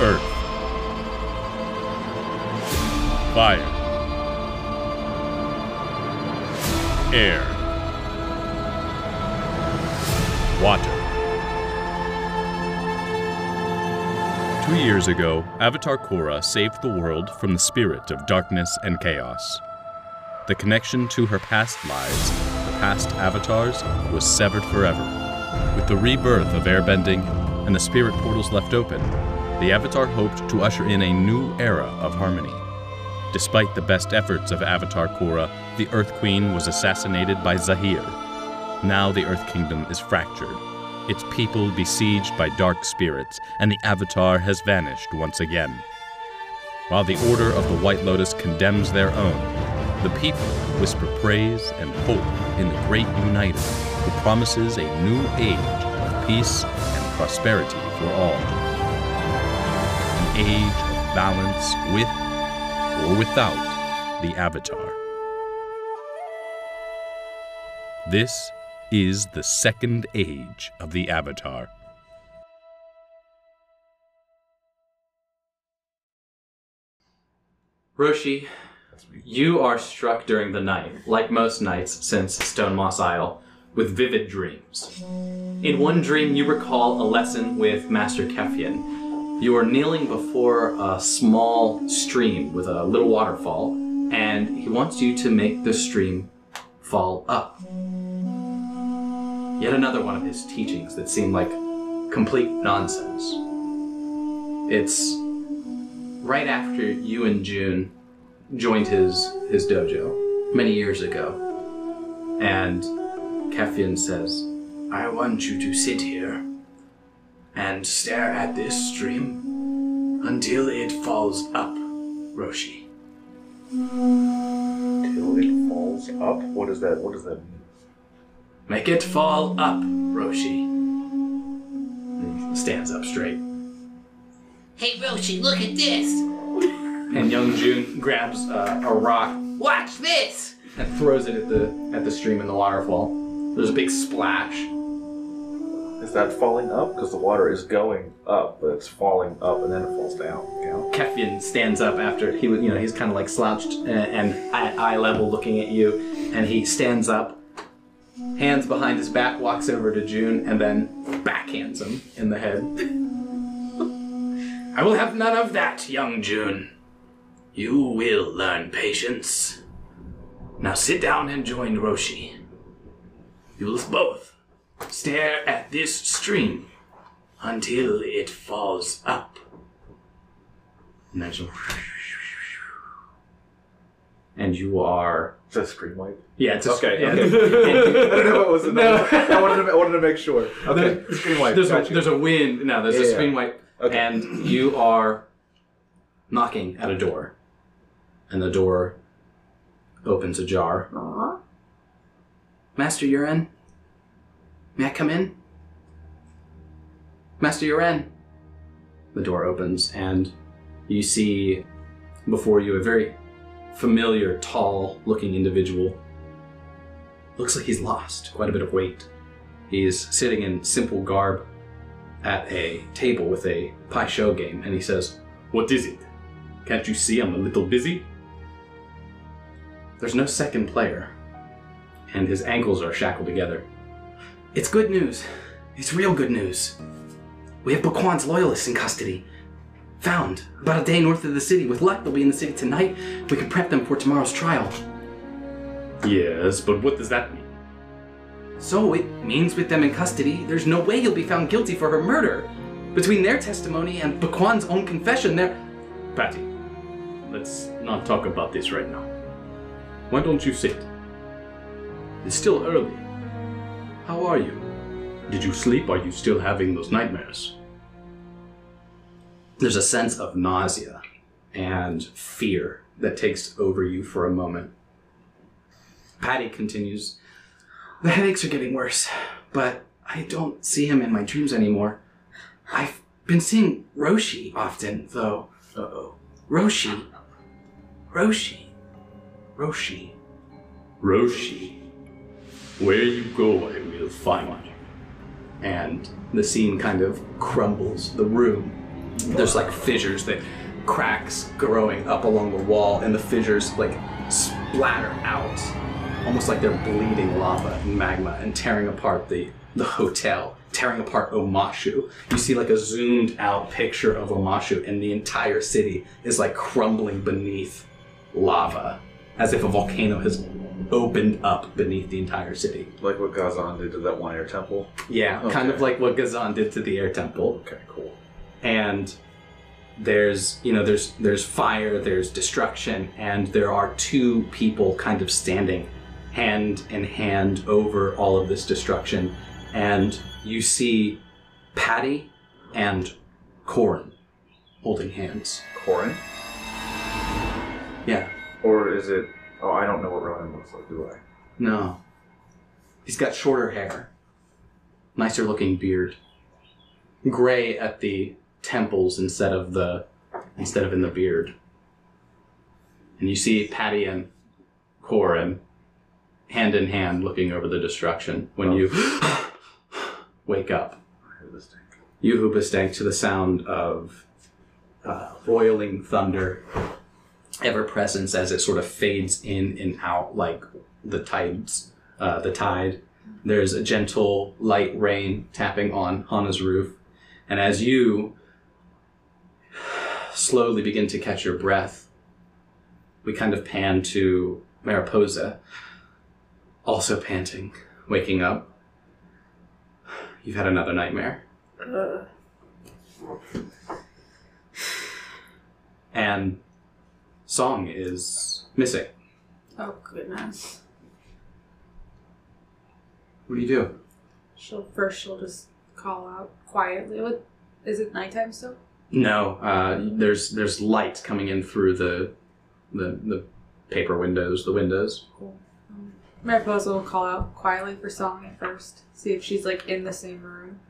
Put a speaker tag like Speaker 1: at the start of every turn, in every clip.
Speaker 1: Earth. Fire. Air. Water. Two years ago, Avatar Korra saved the world from the spirit of darkness and chaos. The connection to her past lives, the past avatars, was severed forever. With the rebirth of airbending and the spirit portals left open, the Avatar hoped to usher in a new era of harmony. Despite the best efforts of Avatar Korra, the Earth Queen was assassinated by Zahir. Now the Earth Kingdom is fractured, its people besieged by dark spirits, and the Avatar has vanished once again. While the Order of the White Lotus condemns their own, the people whisper praise and hope in the Great Uniter, who promises a new age of peace and prosperity for all. An age of balance with or without the Avatar. This is the second age of the Avatar.
Speaker 2: Roshi, you are struck during the night, like most nights since Stone Moss Isle, with vivid dreams. In one dream, you recall a lesson with Master Kefian. You are kneeling before a small stream with a little waterfall, and he wants you to make the stream fall up. Yet another one of his teachings that seem like complete nonsense. It's right after you and June joined his his dojo many years ago, and Kefian says, "I want you to sit here and stare at this stream until it falls up, Roshi."
Speaker 3: Till it falls up? What does that what does that mean?
Speaker 2: Make it fall up, Roshi. And he stands up straight.
Speaker 4: Hey Roshi, look at this!
Speaker 2: And young June grabs uh, a rock
Speaker 4: Watch this!
Speaker 2: and throws it at the at the stream and the waterfall. There's a big splash.
Speaker 3: Is that falling up? Because the water is going up, but it's falling up and then it falls down. Count.
Speaker 2: Kefian stands up after he was, you know, he's kind of like slouched and, and at eye level looking at you, and he stands up, hands behind his back, walks over to June, and then backhands him in the head. I will have none of that, young June. You will learn patience. Now sit down and join Roshi. You will both stare at this stream until it falls up. And there's a- And you are.
Speaker 3: Is that screen wipe?
Speaker 2: Yeah, it's a
Speaker 3: Okay,
Speaker 2: yeah.
Speaker 3: okay. I don't know what was in that. I wanted to I wanted to make sure. Okay. Screen wipe.
Speaker 2: there's, a,
Speaker 3: got you.
Speaker 2: there's a wind. No, there's
Speaker 3: Yeah,
Speaker 2: a
Speaker 3: yeah.
Speaker 2: screen wipe.
Speaker 3: Okay.
Speaker 2: And you are knocking at a door. And the door opens ajar. Master Uren? May I come in? Master Uren? The door opens, and you see before you a very familiar, tall looking individual. Looks like he's lost quite a bit of weight. He's sitting in simple garb at a table with a pie show game, and he says, What is it? Can't you see I'm a little busy? There's no second player, and his ankles are shackled together. It's good news. It's real good news. We have Baquan's loyalists in custody. Found. About a day north of the city. With luck, they'll be in the city tonight. We can prep them for tomorrow's trial. Yes, but what does that mean? So it means with them in custody, there's no way he'll be found guilty for her murder. Between their testimony and Baquan's own confession, they're. Patty, let's not talk about this right now. Why don't you sit? It's still early. How are you? Did you sleep? Are you still having those nightmares? There's a sense of nausea and fear that takes over you for a moment. Patty continues, the headaches are getting worse, but I don't see him in my dreams anymore. I've been seeing Roshi often, though. Uh oh. Roshi. Roshi. Roshi. Roshi. Where you go, I will find you. And the scene kind of crumbles. The room there's like fissures that cracks growing up along the wall, and the fissures like splatter out, almost like they're bleeding lava and magma and tearing apart the the hotel, tearing apart Omashu. You see like a zoomed out picture of Omashu, and the entire city is like crumbling beneath lava, as if a volcano has opened up beneath the entire city.
Speaker 3: Like what Gazan did to that one air temple.
Speaker 2: Yeah, kind of
Speaker 3: Okay.
Speaker 2: like what Gazan did to the air temple.
Speaker 3: Okay, cool.
Speaker 2: And there's you know there's there's fire, there's destruction, and there are two people kind of standing hand in hand over all of this destruction. And you see Patty and Corin holding hands.
Speaker 3: Corin?
Speaker 2: Yeah.
Speaker 3: Or is it. Oh, I don't know what Ronan looks like, do I?
Speaker 2: No. He's got shorter hair, nicer looking beard, gray at the temples instead of the instead of in the beard. And you see Patty and Corin hand in hand looking over the destruction when you wake up.
Speaker 3: I hear this thing.
Speaker 2: You who bestank to the sound of uh, roiling thunder, ever presence as it sort of fades in and out like the tides, uh, the tide. There's a gentle light rain tapping on Hana's roof, and as you slowly begin to catch your breath, we kind of pan to Mariposa, also panting, waking up. You've had another nightmare. and song is missing.
Speaker 5: Oh goodness.
Speaker 2: What do you do?
Speaker 5: She'll first she'll just call out quietly. What is it nighttime still?
Speaker 2: No, uh, there's there's light coming in through the the the paper windows, the windows.
Speaker 5: Cool. Um, Mariposa will call out quietly for Song at first. See if she's like in the same room.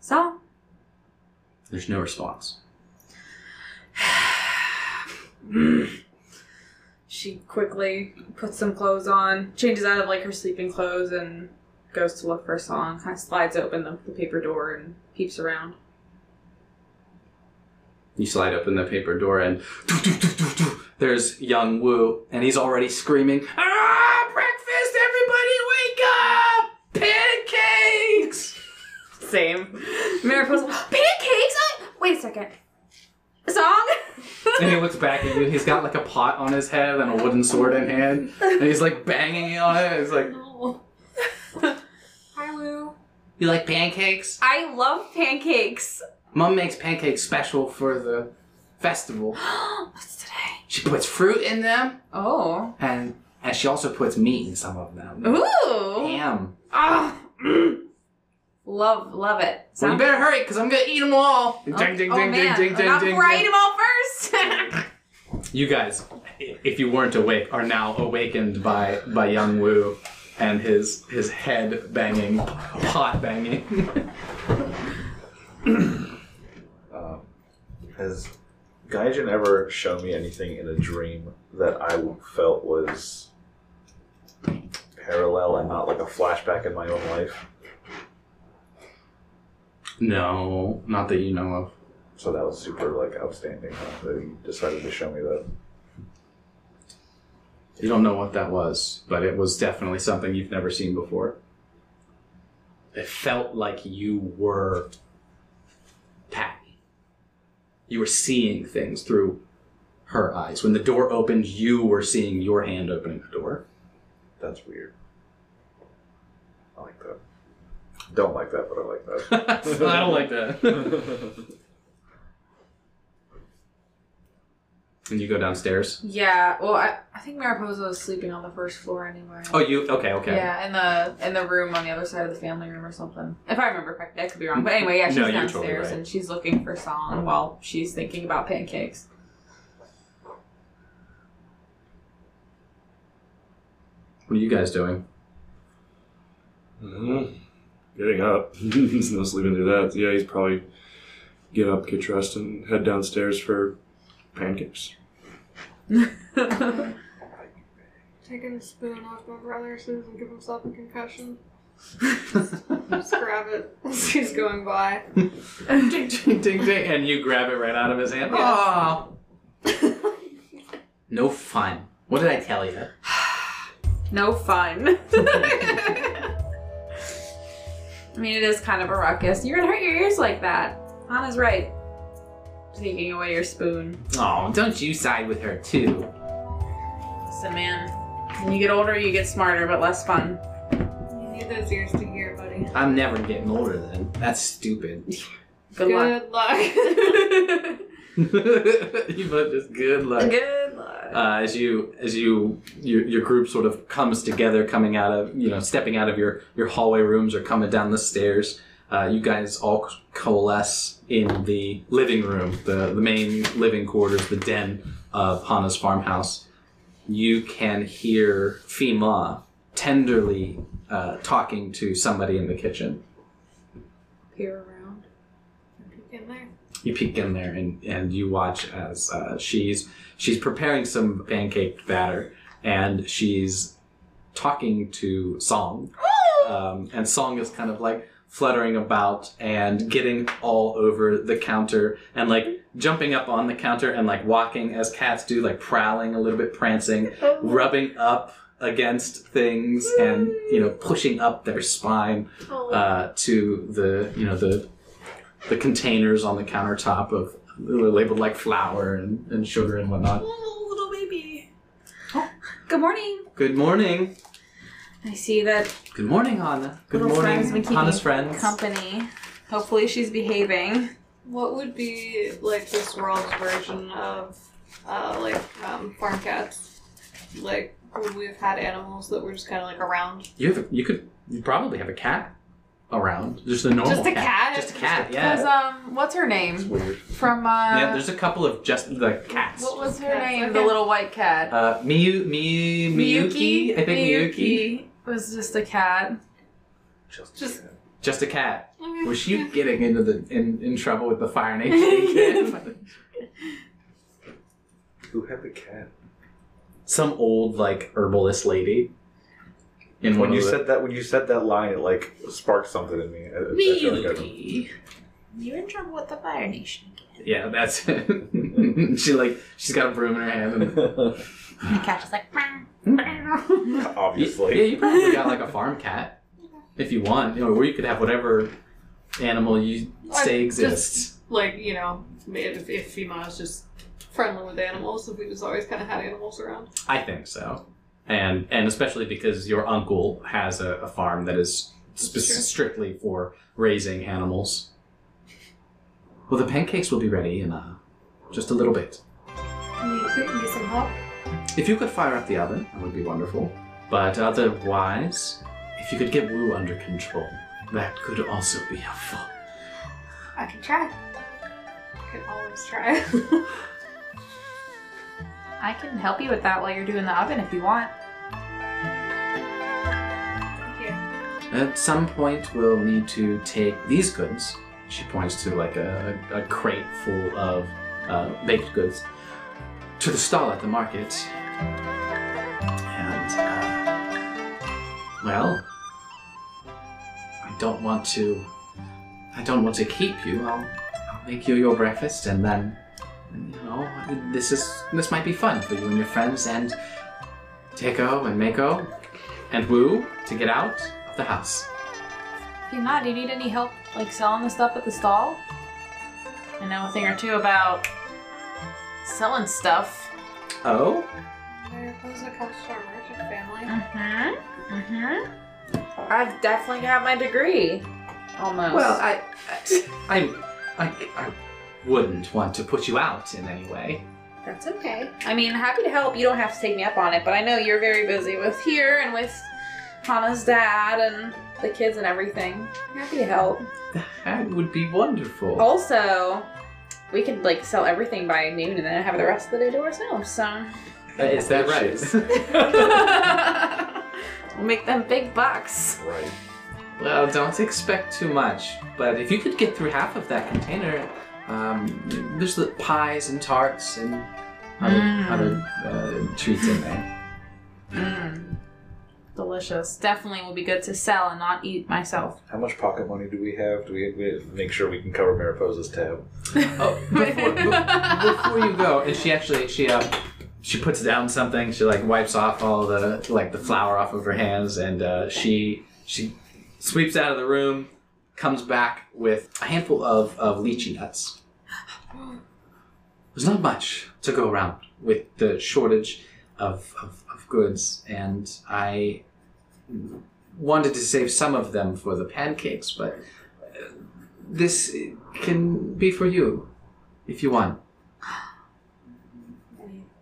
Speaker 5: Song.
Speaker 2: There's no response.
Speaker 5: She quickly puts some clothes on, changes out of like her sleeping clothes, and goes to look for Song. Kind of slides open the, the paper door and peeps around.
Speaker 2: You slide open the paper door and there's young Wu and he's already screaming, "Ah, breakfast! Everybody wake up! Pancakes!"
Speaker 5: Same. Mariposa. Pancakes. I- Wait a second. Song.
Speaker 2: And he looks back at you. He's got like a pot on his head and a wooden sword in hand, and he's like banging on it. He's like,
Speaker 5: No. Hi, Lou.
Speaker 2: "You like pancakes?
Speaker 5: I love pancakes.
Speaker 2: Mom makes pancakes special for the festival.
Speaker 5: What's today?
Speaker 2: She puts fruit in them,
Speaker 5: Oh.
Speaker 2: and and she also puts meat in some of them.
Speaker 5: Ooh.
Speaker 2: Damn!
Speaker 5: Ah. love, love it.
Speaker 2: Well, you
Speaker 5: Sound-
Speaker 2: better hurry, cause I'm gonna eat them all.
Speaker 5: oh, oh, man. Not before I eat 'em all first.
Speaker 2: You guys, i- if you weren't awake, are now awakened by by Young Woo and his his head banging, pot banging.
Speaker 3: Um, has Gaijin ever shown me anything in a dream that I felt was parallel and not like a flashback in my own life?
Speaker 2: No, not that you know of.
Speaker 3: So that was super like outstanding huh, that he decided to show me that.
Speaker 2: You don't know what that was, but it was definitely something you've never seen before. It felt like you were Patty. You were seeing things through her eyes. When the door opened, you were seeing your hand opening the door.
Speaker 3: That's weird. I like that. Don't like that, but I like that.
Speaker 2: I don't like that. and you go downstairs.
Speaker 5: yeah. Well, I, I think Mariposa was sleeping on the first floor anyway.
Speaker 2: Oh, you okay? Okay.
Speaker 5: Yeah, in the in the room on the other side of the family room or something. If I remember correctly, I could be wrong. But anyway, yeah, she's
Speaker 2: No, you're
Speaker 5: downstairs
Speaker 2: totally right.
Speaker 5: and she's looking for Song while she's thinking about pancakes.
Speaker 2: What are you guys doing?
Speaker 6: mm Getting up. There's no sleeping through that. Yeah, he's probably get up, get dressed, and head downstairs for pancakes.
Speaker 7: Taking a spoon off my brother as soon as I give himself a concussion. Just grab it as he's going by.
Speaker 2: ding, ding, ding, ding, and you grab it right out of his hand.
Speaker 7: Yes.
Speaker 2: Aw. no fun. What did I tell you?
Speaker 5: No fun. I mean, it is kind of a ruckus. You're gonna hurt your ears like that. Anna's right. Taking away your spoon.
Speaker 2: Oh, don't you side with her too?
Speaker 5: Listen, man. When you get older, you get smarter, but less fun.
Speaker 7: You need those ears to hear, buddy.
Speaker 2: I'm never getting older then. That's stupid.
Speaker 5: Good luck.
Speaker 7: luck.
Speaker 2: you both just good luck.
Speaker 7: Good luck.
Speaker 2: Uh, as you as you your, your group sort of comes together, coming out of you know stepping out of your your hallway rooms or coming down the stairs, uh, you guys all coalesce in the living room, the the main living quarters, the den of Hana's farmhouse. You can hear Fima tenderly uh, talking to somebody in the kitchen.
Speaker 5: Peer around.
Speaker 7: In there.
Speaker 2: you peek in there and, and you watch as uh, she's she's preparing some pancake batter and she's talking to Song, um, and Song is kind of like fluttering about and getting all over the counter and like jumping up on the counter and like walking as cats do, like prowling a little bit, prancing, rubbing up against things and you know pushing up their spine
Speaker 7: Oh,
Speaker 2: uh, to the you know the the containers on the countertop of they're labeled like flour and, and sugar and whatnot.
Speaker 7: oh, little baby.
Speaker 5: Good morning.
Speaker 2: Good morning.
Speaker 5: I see that
Speaker 2: Good morning, Hannah. Good
Speaker 5: Little friends
Speaker 2: morning,
Speaker 5: been keeping
Speaker 2: Hannah's friends.
Speaker 5: company. Hopefully, she's behaving.
Speaker 7: What would be like this world's version of uh, like um, farm cats? Like would we have had animals that were just kind of like around?
Speaker 2: You have a, you could you probably have a cat around, just a normal
Speaker 7: Just a cat?
Speaker 2: just a cat.
Speaker 5: Cause
Speaker 2: Yeah,
Speaker 5: um, what's her
Speaker 6: It's
Speaker 5: name?
Speaker 6: weird.
Speaker 5: From uh,
Speaker 2: yeah. There's a couple of just the cats.
Speaker 5: what was her
Speaker 7: Cats,
Speaker 5: name?
Speaker 7: okay.
Speaker 5: The little white cat.
Speaker 2: Uh, Miyu, Miyu, Miyuki. I think Miyuki.
Speaker 5: was just a cat.
Speaker 3: Just,
Speaker 7: Just-
Speaker 2: Just a cat.
Speaker 7: Okay,
Speaker 2: Was she
Speaker 7: yeah.
Speaker 2: getting into the in, in trouble with the fire nation? again?
Speaker 3: who had the cat?
Speaker 2: some old like herbalist lady. In
Speaker 3: When
Speaker 2: one
Speaker 3: you
Speaker 2: of the-
Speaker 3: said that, when you said that line, it like sparked something in me. I, I feel like I remember.
Speaker 4: Miyuki. You're in trouble with the Fire Nation.
Speaker 2: yeah, that's it. she like she's got a broom in her hand. And,
Speaker 4: And the cat is like, "Meow."
Speaker 2: yeah,
Speaker 3: Obviously.
Speaker 2: you probably got like a farm cat if you want, you know, or you could have whatever animal you
Speaker 7: I
Speaker 2: say
Speaker 7: just-
Speaker 2: exists.
Speaker 7: like you know if if Fima is just friendly with animals, if we just always kind of had animals around.
Speaker 2: I think so, and and especially because your uncle has a, a farm that is spe-
Speaker 7: Sure.
Speaker 2: strictly for raising animals. Well, the pancakes will be ready in uh, just a little bit.
Speaker 7: Need, need some help?
Speaker 2: If you could fire up the oven, that would be wonderful. But otherwise, if you could get Wu under control, that could also be helpful.
Speaker 7: I can try. I can always try.
Speaker 5: I can help you with that while you're doing the oven if you want.
Speaker 7: yeah.
Speaker 2: At some point, we'll need to take these goods. She points to like a, a crate full of uh, baked goods to the stall at the market. And, uh, well, I don't want to. I don't want to keep you. I'll, I'll make you your breakfast, and then, you know, this is this might be fun for you and your friends. And Teiko and Mako, and Wu to get out of the house.
Speaker 5: If you're not, do you need any help like selling the stuff at the stall? I know a thing or two about selling stuff.
Speaker 2: Oh?
Speaker 7: There was a comes our merchant family.
Speaker 5: Mm-hmm. Mm-hmm. I've definitely got my degree. Almost.
Speaker 2: Well, I, I, I, I, I wouldn't want to put you out in any way.
Speaker 5: That's okay. I mean, happy to help. You don't have to take me up on it, but I know you're very busy with here and with Hannah's dad and the kids and everything. Happy to help.
Speaker 2: That would be wonderful.
Speaker 5: Oh. Also, we could like sell everything by noon and then have the rest of the day to ourselves. So
Speaker 2: Uh, Is that right?
Speaker 5: we'll make them big bucks.
Speaker 3: Right.
Speaker 2: well, don't expect too much, but if you could get through half of that container, um, there's the pies and tarts and other,
Speaker 5: Mm.
Speaker 2: other uh, treats in there.
Speaker 5: Mm. Delicious. Definitely will be good to sell and not eat myself.
Speaker 3: How much pocket money do we have? Do we, we make sure we can cover Mariposa's tab?
Speaker 2: Oh, before, be- before you go, and she actually she uh, she puts down something. She like wipes off all the like the flour off of her hands, and uh, she she sweeps out of the room, comes back with a handful of of lychee nuts. There's not much to go around with the shortage of of, of goods, and I wanted to save some of them for the pancakes, but uh, this can be for you if you want.
Speaker 7: I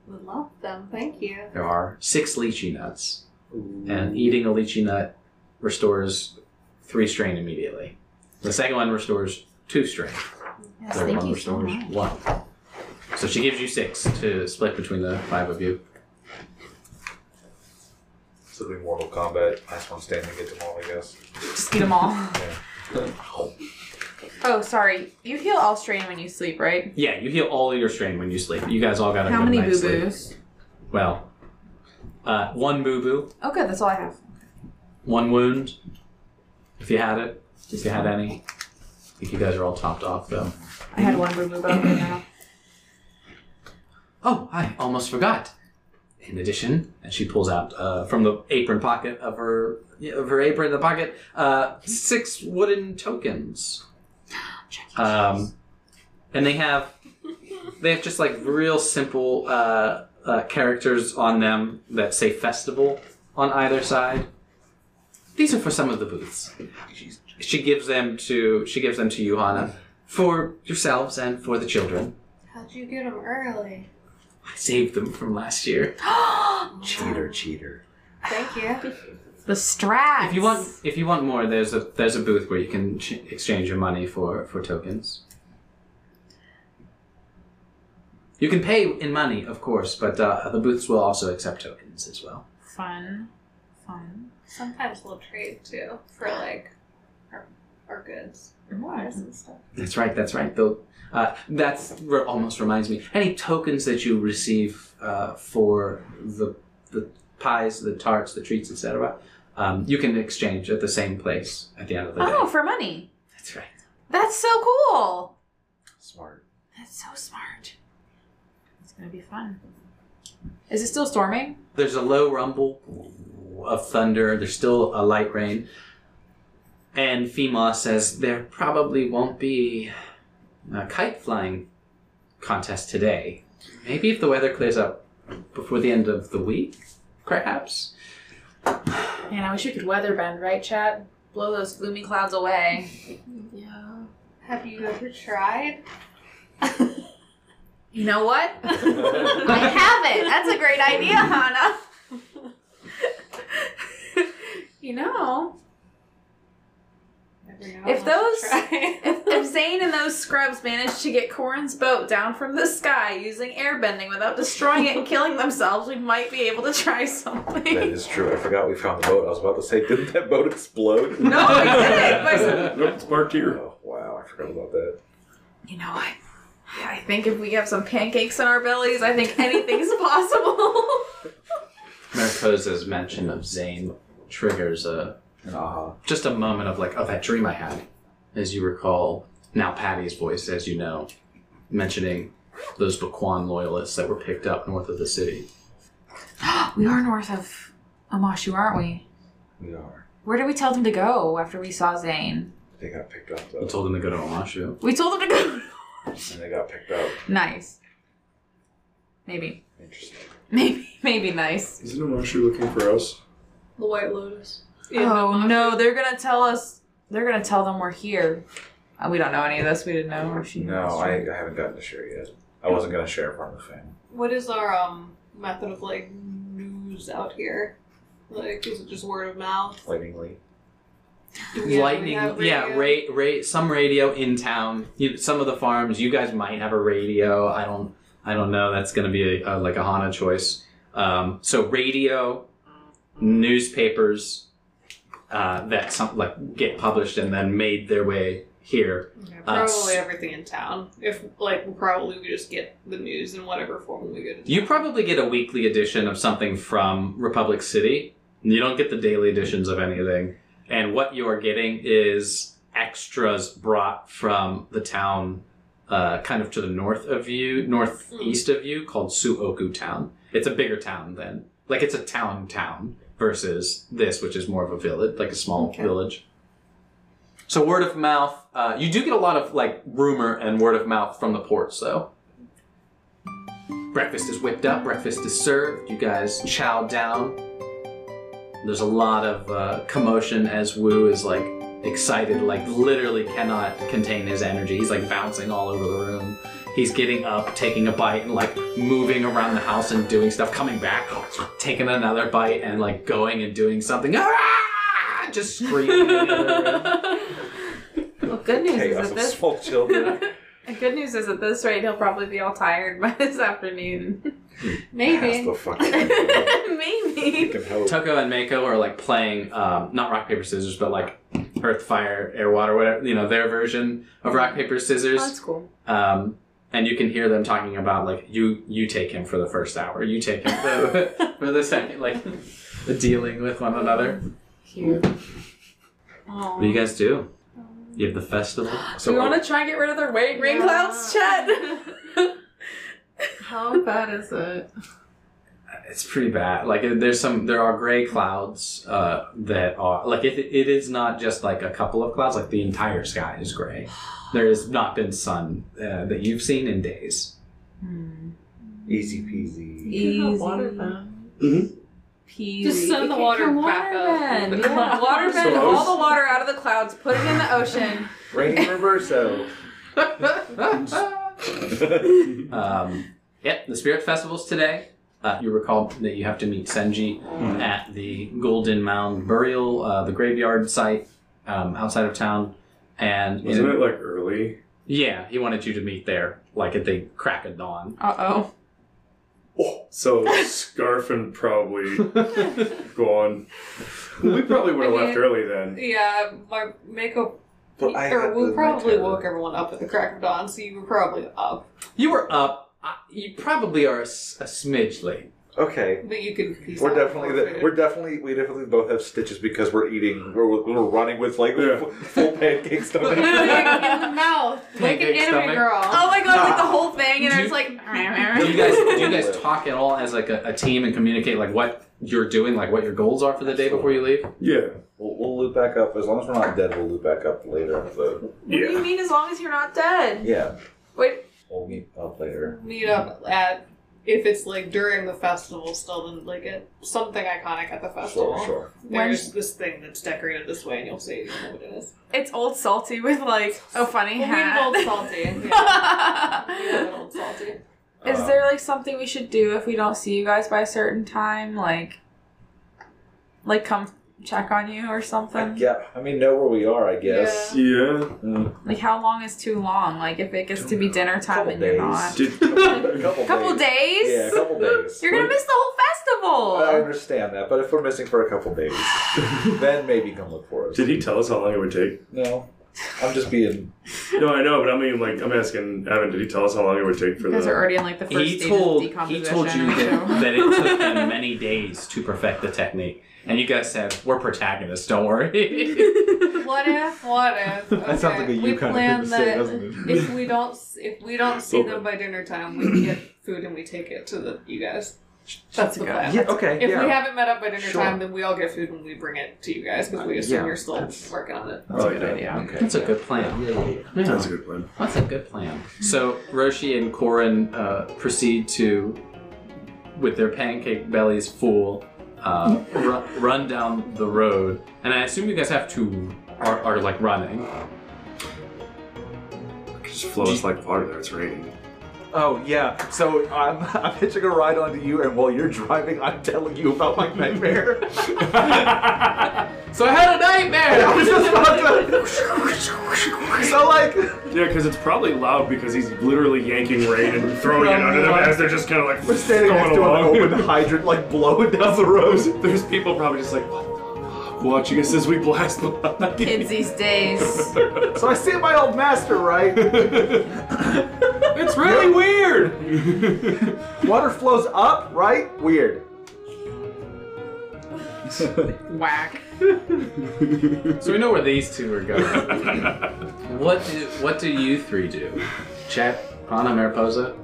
Speaker 7: would love them. Thank you.
Speaker 2: There are six lychee nuts, and eating a lychee nut restores three strain immediately. The second one restores two strain.
Speaker 4: Yes,
Speaker 2: The third
Speaker 4: thank
Speaker 2: one
Speaker 4: you so
Speaker 2: restores
Speaker 4: much.
Speaker 2: one. So she gives you six to split between the five of you.
Speaker 3: So we Mortal Kombat, last one standing, get them all, I guess.
Speaker 5: Just eat them all. oh, sorry. You heal all strain when you sleep, right?
Speaker 2: Yeah, you heal all your strain when you sleep. You guys all got a
Speaker 5: How
Speaker 2: good
Speaker 5: many boo
Speaker 2: night's sleep.
Speaker 5: boos?
Speaker 2: Well, uh, one boo boo,
Speaker 5: Oh, good. That's all I have.
Speaker 2: one wound. If you had it, if you had any. I think you guys are all topped off though.
Speaker 5: I had one boo boo, but I'm good now.
Speaker 2: Oh, I almost forgot. In addition, and she pulls out uh, from the apron pocket of her yeah, of her apron in the pocket uh, six wooden tokens. Um, and they have they have just like real simple uh, uh, characters on them that say festival on either side. These are for some of the booths. She gives them to she gives them to you, Hannah, for yourselves and for the children.
Speaker 7: How'd you get them early?
Speaker 2: I saved them from last year.
Speaker 8: Cheater, cheater.
Speaker 7: Thank you.
Speaker 5: The strats.
Speaker 2: If you want, if you want more, there's a there's a booth where you can ch- exchange your money for for tokens. You can pay in money, of course, but uh, the booths will also accept tokens as well.
Speaker 5: Fun. Fun.
Speaker 7: Sometimes we'll trade too for like our, our goods, our buys and stuff.
Speaker 2: That's right. That's right. Though uh, that's re- almost reminds me. Any tokens that you receive uh, for the the pies, the tarts, the treats, etc., um, you can exchange at the same place at the end of the day.
Speaker 5: Oh, for money.
Speaker 2: That's right.
Speaker 5: That's so cool.
Speaker 8: Smart.
Speaker 5: That's so smart. It's gonna be fun. Is it still storming?
Speaker 2: There's a low rumble of thunder. There's still a light rain. And Fema says there probably won't be a kite flying contest today. Maybe if the weather clears up before the end of the week, perhaps.
Speaker 5: Man, I wish we could weatherbend, right, Chad? Blow those gloomy clouds away.
Speaker 7: Yeah. Have you ever tried?
Speaker 5: You know what? I have it. That's a great idea, Hannah. you know,
Speaker 7: Never know
Speaker 5: If
Speaker 7: unless you
Speaker 5: those-
Speaker 7: try.
Speaker 5: if, if Zane and those scrubs managed to get Corin's boat down from the sky using airbending without destroying it and killing themselves, we might be able to try
Speaker 3: That
Speaker 5: something.
Speaker 3: is true. I forgot we found the boat. I was about to say, didn't that boat explode?
Speaker 5: No, we didn't. but-
Speaker 6: Nope, it's marked here.
Speaker 3: Oh, wow, I forgot about that.
Speaker 5: you know, I, I think if we have some pancakes in our bellies, I think anything's possible.
Speaker 2: Mariposa's mention of Zane triggers a
Speaker 3: Uh-huh.
Speaker 2: just a moment of like, oh, that dream I had. As you recall, now Patty's voice, as you know, mentioning those Baquan loyalists that were picked up north of the city.
Speaker 5: we are north of Amashu, aren't we?
Speaker 3: We are.
Speaker 5: Where did we tell them to go after we saw Zane?
Speaker 3: They got picked up,
Speaker 2: You
Speaker 3: though.
Speaker 2: told them to go to Omashu.
Speaker 5: We told them to go.
Speaker 3: And they got picked up.
Speaker 5: nice. Maybe.
Speaker 3: Interesting.
Speaker 5: Maybe. Maybe nice.
Speaker 6: Isn't Omashu looking for us?
Speaker 7: the White Lotus.
Speaker 5: oh no, they're gonna tell us. They're gonna tell them we're here. Uh, we don't know any of this. We didn't know. Or she.
Speaker 3: No, I, I haven't gotten to share yet. I wasn't going to share in front of the family.
Speaker 7: What is our um method of like news out here? Like, is it just word of mouth?
Speaker 3: Lightningly.
Speaker 7: Do we have-
Speaker 2: Lightning,
Speaker 7: we have
Speaker 2: yeah,
Speaker 7: radio?
Speaker 2: ra- ra- some radio in town. You, some of the farms, you guys might have a radio. I don't, I don't know. That's going to be a, a, like a Hana choice. Um, so radio, newspapers uh, that some like get published and then made their way here.
Speaker 7: Yeah,
Speaker 2: Uh,
Speaker 7: probably
Speaker 2: s-
Speaker 7: everything in town. If like, we probably we just get the news in whatever form we get.
Speaker 2: You probably get a weekly edition of something from Republic City You don't get the daily editions of anything. And what you're getting is extras brought from the town uh, kind of to the north of you, northeast of you, called Suoku Town. It's a bigger town than, like, it's a town town versus this, which is more of a village, like a small
Speaker 7: Okay.
Speaker 2: village. So word of mouth, uh, you do get a lot of like rumor and word of mouth from the ports, though. Breakfast is whipped up. Breakfast is served. You guys chow down. There's a lot of uh, commotion as Wu is like excited, like literally cannot contain his energy. He's like bouncing all over the room. He's getting up, taking a bite, and like moving around the house and doing stuff, coming back, taking another bite, and like going and doing something. Ah! Just screaming. in the other room.
Speaker 5: well, good news
Speaker 3: Chaos
Speaker 5: is
Speaker 3: of
Speaker 5: that this.
Speaker 3: small children.
Speaker 5: good news is at this rate he'll probably be all tired by this afternoon.
Speaker 7: Maybe.
Speaker 3: That's the fucking.
Speaker 5: Maybe.
Speaker 3: fucking hell.
Speaker 2: Tucko and Mako are like playing um, not rock paper scissors, but like earth, fire, air, water, whatever you know their version of rock paper
Speaker 5: That's
Speaker 2: scissors.
Speaker 5: cool.
Speaker 2: Um, and you can hear them talking about like you you take him for the first hour, you take him for the, for the second, like dealing with one another.
Speaker 5: Cute.
Speaker 2: What do you guys do? You have the festival.
Speaker 5: Do we want to try and get rid of their weight ring
Speaker 7: Yeah.
Speaker 5: clouds, Chad? How bad is it?
Speaker 2: It's pretty bad. Like there's some, there are gray clouds uh, that are like it, it is not just like a couple of clouds. Like the entire sky is gray. There has not been sun uh, that you've seen in days.
Speaker 8: Easy peasy.
Speaker 5: Easy.
Speaker 6: Mhm.
Speaker 5: Peasy.
Speaker 7: Just send the water back up.
Speaker 5: Waterbend,
Speaker 7: The
Speaker 5: yeah. waterbend
Speaker 6: So-
Speaker 5: all the water out of the clouds, put it in the ocean.
Speaker 8: Right in reverso.
Speaker 2: Um, yep, the spirit festival's today. Uh, you recall that you have to meet Senji at the Golden Mound burial, uh, the graveyard site um, outside of town, and
Speaker 6: Wasn't it like early?
Speaker 2: yeah, he wanted you to meet there, like at the crack of dawn.
Speaker 5: Uh oh.
Speaker 6: So Scarfin probably gone. We probably would have left early then.
Speaker 7: Yeah, my makeup.
Speaker 8: But I
Speaker 7: or
Speaker 8: had
Speaker 7: we
Speaker 8: the
Speaker 7: probably
Speaker 8: mentor.
Speaker 7: woke everyone up at the crack of dawn, so you were probably up.
Speaker 2: You were up. I- You probably are a, s- a smidge late.
Speaker 3: Okay.
Speaker 7: But you could. peace
Speaker 3: We're
Speaker 7: out
Speaker 3: definitely
Speaker 7: before
Speaker 3: the,
Speaker 7: food.
Speaker 3: we're definitely we definitely both have stitches because we're eating we're, we're running with like
Speaker 6: Yeah.
Speaker 3: full, full pancake stomach.
Speaker 7: Like, in the mouth, like an
Speaker 2: Pancake
Speaker 7: anime
Speaker 2: stomach.
Speaker 7: girl.
Speaker 5: Oh my god, like the whole thing, and
Speaker 2: Do
Speaker 5: I
Speaker 2: you-
Speaker 5: was like,
Speaker 2: Do you guys do you guys talk at all as like a, a team and communicate like what you're doing, like what your goals are for the day before you leave?
Speaker 6: Yeah.
Speaker 3: we'll, we'll loop back up as long as we're not dead. We'll loop back up later. So
Speaker 5: What do you mean as long as you're not dead?
Speaker 3: yeah,
Speaker 5: Wait,
Speaker 3: we'll meet up later.
Speaker 7: meet up at if it's like during the festival still then like at something iconic at the festival.
Speaker 3: Sure, sure.
Speaker 7: There's this thing that's decorated this way and you'll see you know what it is.
Speaker 5: it's old salty with like a funny
Speaker 7: Well, we have
Speaker 5: hat.
Speaker 7: old salty. Yeah. We have old salty.
Speaker 5: Is
Speaker 3: Um,
Speaker 5: there like something we should do if we don't see you guys by a certain time? Like, like come check on you or
Speaker 3: I,
Speaker 5: something?
Speaker 3: yeah, I mean know where we are. I guess.
Speaker 6: Yeah.
Speaker 3: Mm,
Speaker 5: Like, how long is too long? Like, if it gets to be dinner time
Speaker 3: Couple
Speaker 5: and you're
Speaker 3: days.
Speaker 5: not.
Speaker 6: Did,
Speaker 3: a couple,
Speaker 5: Couple
Speaker 3: days.
Speaker 5: days?
Speaker 3: Yeah, a couple days.
Speaker 5: You're gonna miss the whole
Speaker 3: I
Speaker 5: festival!
Speaker 3: understand that, but if we're missing for a couple days, then maybe come look for us.
Speaker 6: did he tell us how long it would take?
Speaker 3: No, I'm just being.
Speaker 6: No, I know, but I mean, like, I'm asking Evan. Did he tell us how long it would take for
Speaker 5: You guys
Speaker 6: the?
Speaker 5: are already in like the first
Speaker 2: he
Speaker 5: stage
Speaker 2: told
Speaker 5: of
Speaker 2: he
Speaker 5: decomposition.
Speaker 2: told you that, that it took him many days to perfect the technique, and you guys said we're protagonists. Don't worry.
Speaker 7: What if? What if?
Speaker 3: That sounds like a you
Speaker 7: we
Speaker 3: kind of
Speaker 7: plan
Speaker 3: thing to
Speaker 7: that
Speaker 3: say, doesn't it?
Speaker 7: If we don't, s- if we don't see them by dinner time, we get food and we take it to the you guys. That's the
Speaker 5: good.
Speaker 7: plan.
Speaker 3: Yeah. Okay.
Speaker 7: If
Speaker 3: yeah.
Speaker 7: we haven't met up by dinner
Speaker 3: Sure. Uh,
Speaker 7: time, then we all get food and we bring it to you guys because we assume
Speaker 3: yeah.
Speaker 7: you're still working on it.
Speaker 3: That's
Speaker 6: Oh, yeah.
Speaker 3: Okay.
Speaker 2: That's a good plan.
Speaker 3: Yeah, yeah, yeah.
Speaker 2: Yeah.
Speaker 6: That's a good plan.
Speaker 2: That's a good plan. So Roshi and Korin uh, proceed to, with their pancake bellies full, uh, ru- run down the road. And I assume you guys have to are, are like running.
Speaker 6: It just flows like water there. It's raining.
Speaker 3: Oh yeah. So I'm I'm hitching a ride onto you, and while you're driving, I'm telling you about my nightmare.
Speaker 2: So I had a nightmare.
Speaker 3: I was just about to. so like,
Speaker 6: Yeah, because it's probably loud because he's literally yanking rain and throwing it under them as they're just kind of like
Speaker 3: we're standing
Speaker 6: going
Speaker 3: next to an
Speaker 6: along.
Speaker 3: open hydrant, like blowing down the road.
Speaker 6: There's people probably just like, what the fuck, watching us as we blast by.
Speaker 5: Kids these days.
Speaker 3: So I see my old master, right?
Speaker 2: it's really weird.
Speaker 3: Water flows up, right? Weird.
Speaker 5: Whack.
Speaker 2: So we know where these two are going. what do what do you three do? Chet, Pana, Mariposa.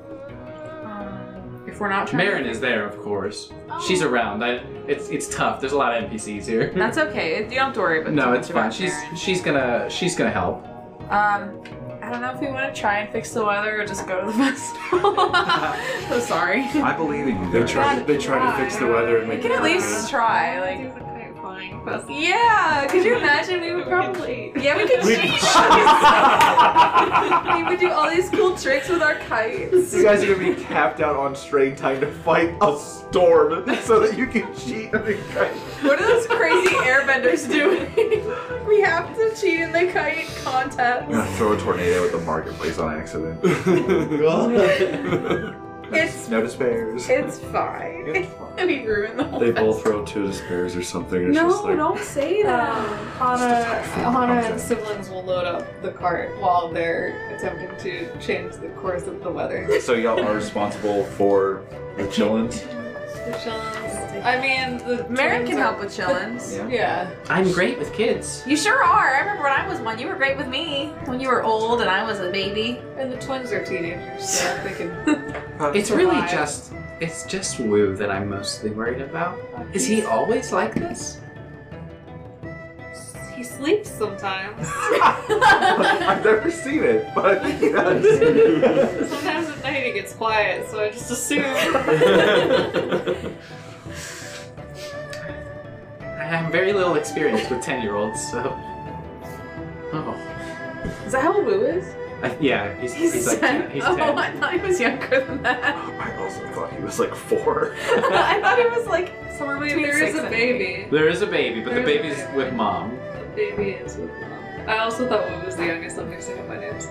Speaker 5: Um, if we're not trying.
Speaker 2: Marin is there, of course. She's around. I, it's it's tough. There's a lot of NPCs here.
Speaker 5: That's okay. You don't have to worry about
Speaker 2: no,
Speaker 5: too
Speaker 2: it's
Speaker 5: much about
Speaker 2: fine. She's
Speaker 5: Marin.
Speaker 2: she's gonna she's gonna help.
Speaker 5: Um, I don't know if we want to try and fix the weather or just go to the festival. I'm sorry.
Speaker 8: I believe in you.
Speaker 6: They
Speaker 8: guys.
Speaker 6: tried. They tried to fix the weather and
Speaker 5: We
Speaker 6: make
Speaker 5: can
Speaker 6: it
Speaker 5: at least try. Like,
Speaker 7: flying fest.
Speaker 5: yeah. Could you imagine? We would probably.
Speaker 7: Probably.
Speaker 5: Yeah, we could
Speaker 6: We-
Speaker 5: change. shoes. we would do all these cool tricks with our kites.
Speaker 8: You guys are gonna be capped out on straight time to fight a storm so that you can cheat and then kite.
Speaker 5: What are those crazy airbenders doing? we have to cheat in the kite
Speaker 8: I'm
Speaker 5: contest.
Speaker 8: gonna throw a tornado at the marketplace on accident.
Speaker 5: It's
Speaker 8: No despairs.
Speaker 5: it's fine. we ruined the whole.
Speaker 6: They both wrote two despairs or something. It's
Speaker 5: No,
Speaker 6: just like,
Speaker 5: don't say that.
Speaker 7: Hana, Hana and siblings will load up the cart while they're attempting to change the course of the weather.
Speaker 8: So y'all are responsible for the chillins?
Speaker 7: The chillins. I mean, the
Speaker 5: Marin
Speaker 7: twins
Speaker 5: can
Speaker 7: are-
Speaker 5: help with chillins.
Speaker 8: Yeah.
Speaker 7: Yeah.
Speaker 2: I'm great with kids.
Speaker 5: You sure are. I remember when I was one. You were great with me when you were old and I was a baby.
Speaker 7: And the twins are teenagers, so they can.
Speaker 2: It's really
Speaker 7: Survive.
Speaker 2: just it's just Woo that I'm mostly worried about. Is he always like this?
Speaker 7: He sleeps sometimes.
Speaker 8: I've never seen it, but I think he does.
Speaker 7: Sometimes at night he gets quiet, so I just assume.
Speaker 2: I have very little experience with ten year olds, so. Oh,
Speaker 5: Is that how old Wu is?
Speaker 2: I, yeah, he's, he's, like
Speaker 5: ten.
Speaker 2: ten. He's
Speaker 5: oh,
Speaker 2: ten.
Speaker 5: I thought he was younger than that.
Speaker 8: I also thought he was like four.
Speaker 5: I thought it was like somewhere
Speaker 7: Wait,
Speaker 5: between
Speaker 7: there
Speaker 5: six
Speaker 7: is a
Speaker 5: and eight.
Speaker 7: baby.
Speaker 2: There is a baby, but the
Speaker 7: There's a
Speaker 2: baby's
Speaker 7: baby.
Speaker 2: with mom.
Speaker 7: The baby is with mom. I also thought Wu was the youngest. I'm mixing up my names.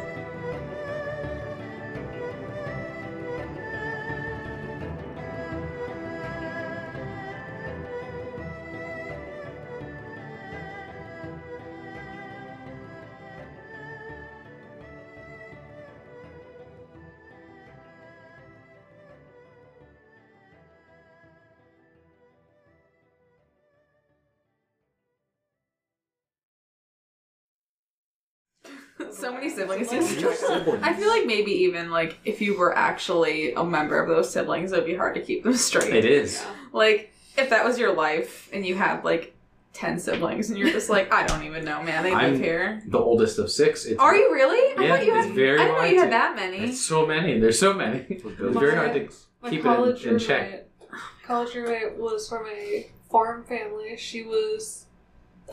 Speaker 5: So many siblings.
Speaker 7: Your siblings.
Speaker 5: I feel like maybe even like if you were actually a member of those siblings, it would be hard to keep them straight.
Speaker 2: It is.
Speaker 5: Like if that was your life and you had like ten siblings and you're just like, I don't even know, man. They live
Speaker 2: I'm-
Speaker 5: here.
Speaker 2: The oldest of six. It's,
Speaker 5: Are you really? I
Speaker 2: Yeah,
Speaker 5: thought you
Speaker 2: it's
Speaker 5: had.
Speaker 2: very
Speaker 5: I didn't know you
Speaker 2: wide.
Speaker 5: had that many.
Speaker 2: It's so many. There's so many. It's very hard to
Speaker 7: My
Speaker 2: keep
Speaker 7: college
Speaker 2: it in, in check.
Speaker 7: roommate- College roommate was from a farm family. She was,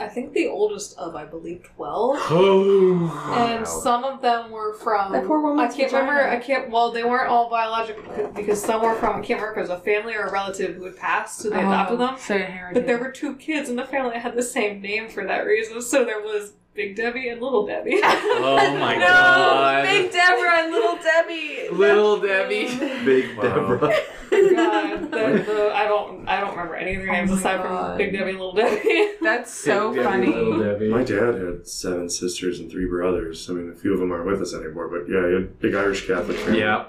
Speaker 7: I think, the oldest of, I believe, twelve.
Speaker 2: Oh.
Speaker 7: and some of them were from.
Speaker 5: That poor
Speaker 7: I
Speaker 5: woman's
Speaker 7: can't remember.
Speaker 5: vagina.
Speaker 7: I can't. Well, they weren't all biological because- because some were from. I can't remember if it was a family or a relative who had passed, so they
Speaker 5: Uh-huh.
Speaker 7: adopted them.
Speaker 5: So inherited.
Speaker 7: But there were two kids in the family that had the same name for that reason. So there was Big Debbie and Little Debbie.
Speaker 2: Oh my
Speaker 5: no,
Speaker 2: god.
Speaker 5: Big Deborah and Little Debbie.
Speaker 2: Little Debbie.
Speaker 8: Big Deborah.
Speaker 7: God, the, the, I don't. I don't remember any of their names
Speaker 5: my
Speaker 7: aside
Speaker 5: God.
Speaker 7: from Big Debbie and Little Debbie.
Speaker 5: That's so
Speaker 2: Big Debbie, Little
Speaker 5: funny.
Speaker 2: Debbie.
Speaker 6: my dad had seven sisters and three brothers. I mean, a few of them aren't with us anymore, but yeah, he had a big Irish Catholic family.
Speaker 2: Yeah.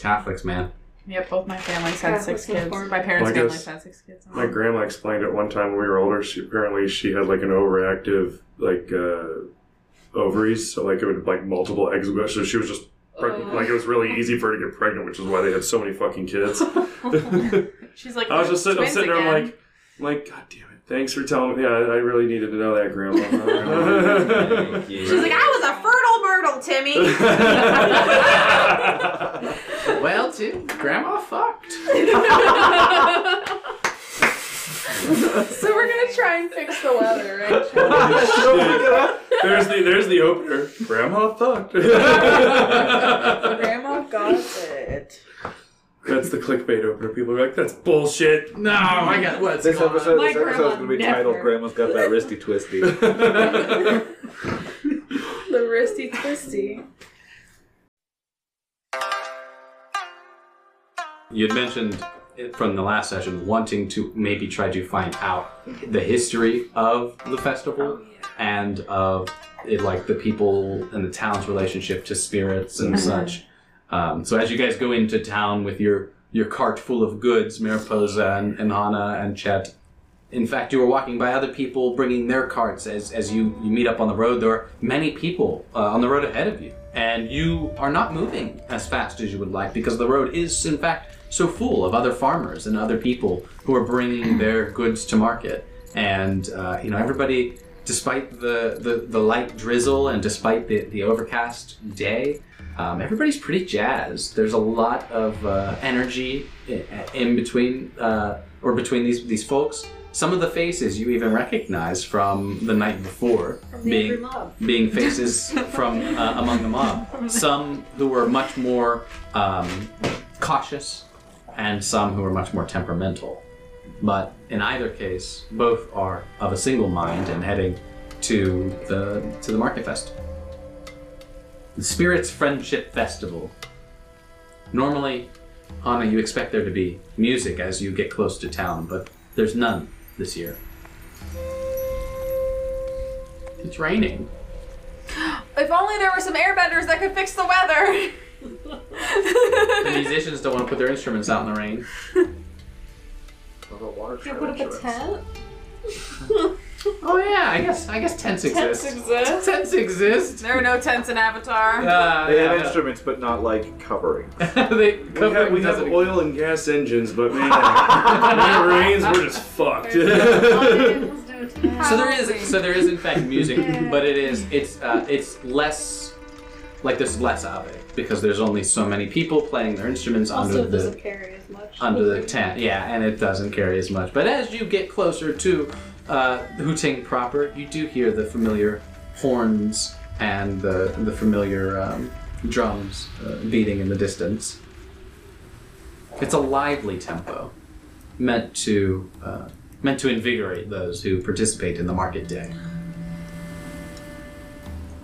Speaker 2: Catholics, man.
Speaker 5: Yep, both my families had
Speaker 7: Yeah,
Speaker 5: six
Speaker 7: that's
Speaker 5: kids.
Speaker 7: so far.
Speaker 5: My parents'
Speaker 6: Like
Speaker 5: families
Speaker 6: us.
Speaker 5: had six kids.
Speaker 6: My grandma explained it one time when we were older. She apparently she had like an overactive like uh, ovaries, so like it would like multiple eggs. would go- So she was just pregnant.
Speaker 5: Oh.
Speaker 7: Uh.
Speaker 6: like it was really easy for her to get pregnant, which is why they had so many fucking kids. I
Speaker 5: She's like,
Speaker 6: was just sitting, I'm
Speaker 5: twins
Speaker 6: sitting there I'm
Speaker 5: again.
Speaker 6: like, I'm like God damn it! Thanks for telling me. Yeah, I I really needed to know that, grandma.
Speaker 8: Thank
Speaker 5: She's
Speaker 8: you.
Speaker 5: like, I was a fertile myrtle, Timmy.
Speaker 2: Well, too, Grandma fucked.
Speaker 5: so we're gonna try and fix the weather, right?
Speaker 6: there's the there's the opener. Grandma fucked.
Speaker 5: Grandma got it.
Speaker 6: That's the clickbait opener. People are like, that's bullshit.
Speaker 2: No, Oh, I got what's
Speaker 8: This
Speaker 2: going
Speaker 8: episode,
Speaker 7: My
Speaker 8: this episode is
Speaker 7: grandma
Speaker 8: going to be
Speaker 7: never-
Speaker 8: titled "Grandma's Got That Wristy Twisty."
Speaker 5: The wristy twisty.
Speaker 2: You had mentioned it from the last session wanting to maybe try to find out the history of the festival and of it, like the people and the town's relationship to spirits and such. Um, so as you guys go into town with your your cart full of goods, Mariposa and, and Hana and Chet, In fact, you were walking by other people bringing their carts as, as you, you meet up on the road. There are many people uh, on the road ahead of you, and you are not moving as fast as you would like because the road is, in fact, so full of other farmers and other people who are bringing their goods to market. And, uh, you know, everybody, despite the, the, the light drizzle and despite the, the overcast day, um, everybody's pretty jazzed. There's a lot of uh, energy in, in between uh, or between these these folks. Some of the faces you even recognize from the night before,
Speaker 7: From the angry
Speaker 2: being
Speaker 7: mob.
Speaker 2: being faces from uh, among the mob. Some who were much more um, cautious, and some who were much more temperamental. But in either case, both are of a single mind and heading to the to the market fest. The Spirits Friendship Festival. Normally, Hana, you expect there to be music as you get close to town, but there's none this year. It's raining.
Speaker 5: If only there were some airbenders that could fix the weather.
Speaker 2: The musicians don't want to put their instruments out in the rain.
Speaker 7: Can I put up a tent?
Speaker 2: Oh yeah, I guess I guess tents exist.
Speaker 7: exist.
Speaker 2: Tents exist.
Speaker 5: there are no tents in Avatar.
Speaker 2: Uh,
Speaker 3: They have
Speaker 2: yeah.
Speaker 3: instruments, but not like covering.
Speaker 2: they
Speaker 6: We have,
Speaker 2: covering
Speaker 6: we have
Speaker 2: doesn't-
Speaker 6: oil and gas engines, but man, when it rains, we're just fucked.
Speaker 2: So there is, so there is in fact music, but it is, it's, uh, it's less, like there's less of it because there's only so many people playing their instruments
Speaker 7: Also,
Speaker 2: under
Speaker 7: it
Speaker 2: the
Speaker 7: doesn't carry as much.
Speaker 2: under the tent. Yeah, and it doesn't carry as much. But as you get closer to uh, Huting proper, you do hear the familiar horns and the the familiar um, drums uh, beating in the distance. It's a lively tempo, meant to uh, meant to invigorate those who participate in the market day.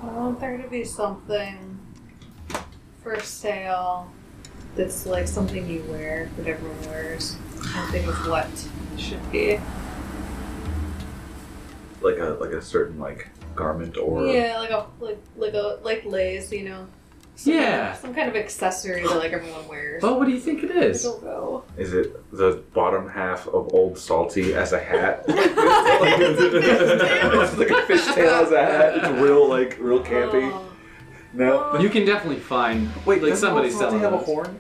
Speaker 7: I want there to be something for sale that's like something you wear, that everyone wears. Something of what it should be.
Speaker 3: Like a like a certain like garment or
Speaker 7: yeah, like a like like a like lays, you know.
Speaker 2: Yeah.
Speaker 7: Some kind of accessory that like everyone wears.
Speaker 2: Oh, what do you think it
Speaker 7: I
Speaker 2: is?
Speaker 7: don't know.
Speaker 3: is it the bottom half of old salty as a hat?
Speaker 8: it's like a fishtail as a hat. It's real, like, real campy.
Speaker 7: Oh.
Speaker 8: No.
Speaker 2: You can definitely find
Speaker 8: Wait,
Speaker 2: like
Speaker 8: doesn't
Speaker 2: somebody
Speaker 8: Old Salty
Speaker 2: selling.
Speaker 8: have a
Speaker 2: those.
Speaker 8: horn?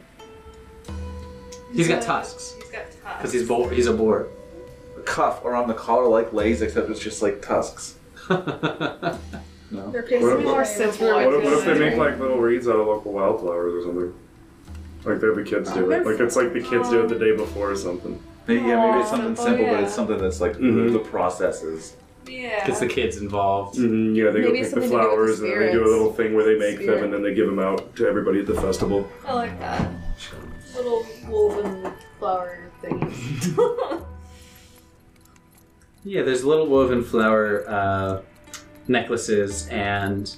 Speaker 2: He's got tusks
Speaker 7: He's got tusks.
Speaker 2: because he's bo- he's a boar.
Speaker 8: A cuff around the collar like Lay's, except it's just like tusks.
Speaker 7: They're basically more simple.
Speaker 6: What if, what if they
Speaker 7: artisans.
Speaker 6: make like little reeds out of local wildflowers or something? Like they have the kids do it. Like it's like the kids do it the day before or something.
Speaker 3: Maybe, yeah, maybe it's
Speaker 7: Aw,
Speaker 3: something
Speaker 7: simple,
Speaker 3: simple, but
Speaker 7: yeah.
Speaker 3: it's something that's like
Speaker 6: Mhm.
Speaker 3: the, the processes.
Speaker 7: Yeah.
Speaker 2: Gets the kids involved.
Speaker 6: Mm, yeah, they
Speaker 7: Maybe
Speaker 6: go pick the
Speaker 7: something to do with the
Speaker 6: flowers and then they do a
Speaker 7: spirits.
Speaker 6: little thing where they make them
Speaker 7: Spirit.
Speaker 6: and then they give them out to everybody at the festival.
Speaker 7: I like that. Little woven flower thingies.
Speaker 2: Yeah, there's little woven flower uh, necklaces and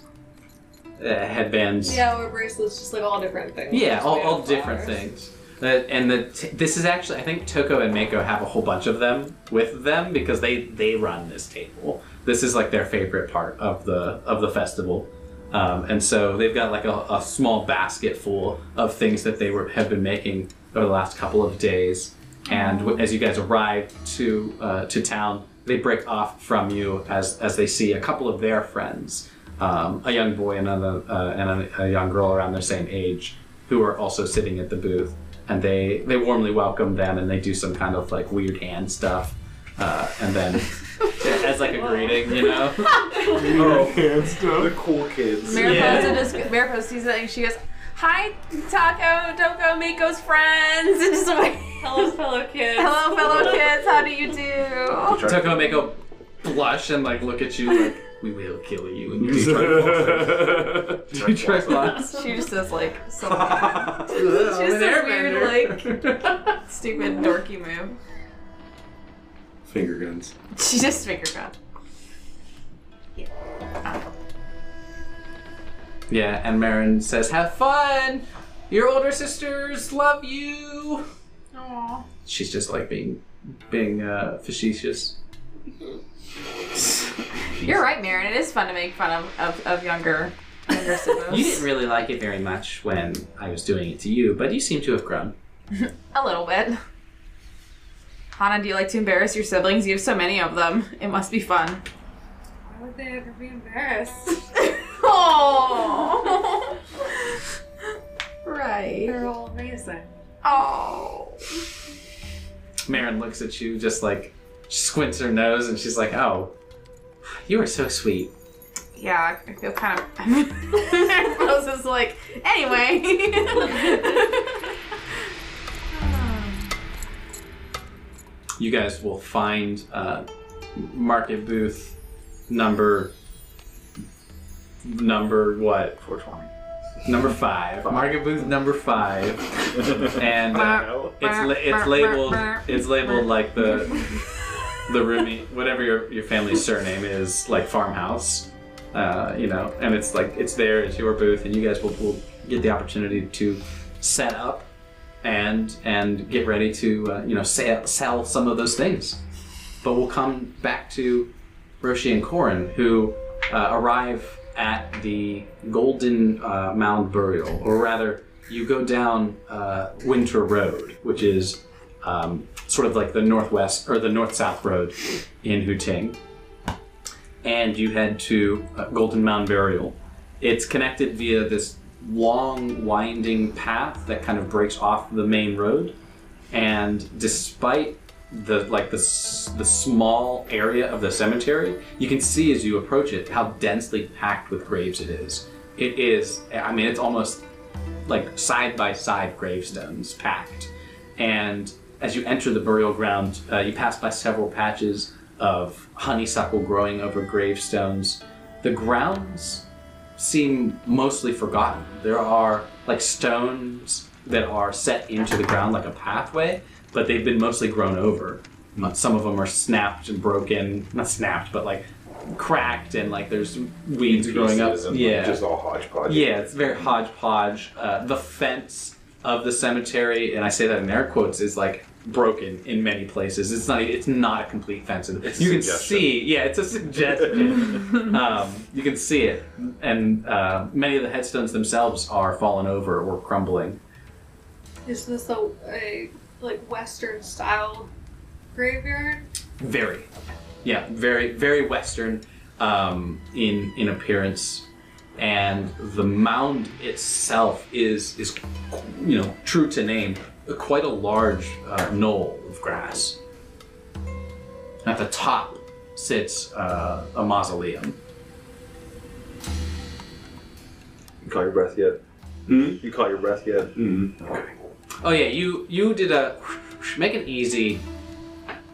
Speaker 2: uh, headbands.
Speaker 7: yeah, or bracelets, just like all different things.
Speaker 2: Yeah,
Speaker 7: Just
Speaker 2: all,
Speaker 7: made
Speaker 2: all
Speaker 7: of
Speaker 2: different
Speaker 7: flowers.
Speaker 2: things. Uh, and the t- this is actually, I think Toko and Mako have a whole bunch of them with them because they they run this table. This is like their favorite part of the of the festival. Um, and so they've got like a, a small basket full of things that they were, have been making over the last couple of days. And w- as you guys arrive to uh, to town, they break off from you as as they see a couple of their friends, um, a young boy and a, uh, and a, a young girl around their same age, who are also sitting at the booth. And they they warmly welcome them, and they do some kind of like weird hand stuff, uh, and then as like a greeting, you know.
Speaker 6: Oh.
Speaker 3: The cool kids.
Speaker 5: Mariposa just Mariposa sees that and she goes, "Hi, Taco, Doko, Mako's friends." And just like,
Speaker 7: Hello, fellow kids.
Speaker 5: "Hello, fellow kids. How do you do?"
Speaker 2: Toko and Mako blush and like look at you like we will kill you and you do Triflops.
Speaker 5: She just does like some just a weird like stupid dorky move.
Speaker 6: Finger guns.
Speaker 5: She just finger gun.
Speaker 2: Yeah, and Marin says, "Have fun. Your older sisters love you."
Speaker 5: Aww.
Speaker 2: She's just like being being uh, facetious.
Speaker 5: You're right, Marin. It is fun to make fun of of, of younger younger
Speaker 2: You didn't
Speaker 5: siblings.
Speaker 2: really like it very much when I was doing it to you, but you seem to have grown.
Speaker 5: a little bit. Hana, do you like to embarrass your siblings? You have so many of them. It must be fun.
Speaker 7: Why would they ever be embarrassed?
Speaker 5: Oh. right.
Speaker 7: They're all amazing.
Speaker 5: Oh.
Speaker 2: Marin looks at you, just like she squints her nose, and she's like, "Oh, you are so sweet."
Speaker 5: Yeah, I feel kind of. Rose is like, anyway.
Speaker 2: You guys will find uh, market booth number number what
Speaker 3: 420.
Speaker 2: number five. Market booth number five, and uh,
Speaker 3: No.
Speaker 2: it's la- it's labeled it's labeled like the the roomy whatever your your family's surname is like farmhouse, uh, you know, and it's like it's there. It's your booth, and you guys will, will get the opportunity to set up and and get ready to uh, you know sell, sell some of those things. But we'll come back to Roshi and Corin, who uh, arrive at the Golden uh, Mound Burial, or rather, you go down uh, Winter Road, which is um, sort of like the northwest or the north south road in Huting, and you head to uh, Golden Mound Burial. It's connected via this long, winding path that kind of breaks off the main road, and despite the like the s- the small area of the cemetery, you can see as you approach it how densely packed with graves it is. It is, I mean, it's almost like side by side gravestones packed. And as you enter the burial ground, uh, you pass by several patches of honeysuckle growing over gravestones. The grounds seem mostly forgotten. There are like stones that are set into the ground like a pathway, but they've been mostly grown over. Not- Some of them are snapped and broken, not snapped, but like cracked and like there's weeds growing up.
Speaker 3: Pieces and, like,
Speaker 2: yeah,
Speaker 3: Just all hodgepodge.
Speaker 2: yeah, it's very hodgepodge. Uh, the fence of the cemetery, and I say that in air quotes, is like broken in many places. It's not. e, It's not a complete fence.
Speaker 3: It's a
Speaker 2: you can
Speaker 3: suggestion.
Speaker 2: see. Yeah, it's a suggestion. um, you can see it, and uh, many of the headstones themselves are fallen over or crumbling.
Speaker 7: Is this a, a like Western style graveyard?
Speaker 2: Very, yeah, very, very Western um, in in appearance, and the mound itself is is you know true to name, quite a large uh, knoll of grass. At the top sits uh, a mausoleum.
Speaker 3: You caught your breath yet? You caught your breath yet?
Speaker 2: Oh yeah, you you did a make an easy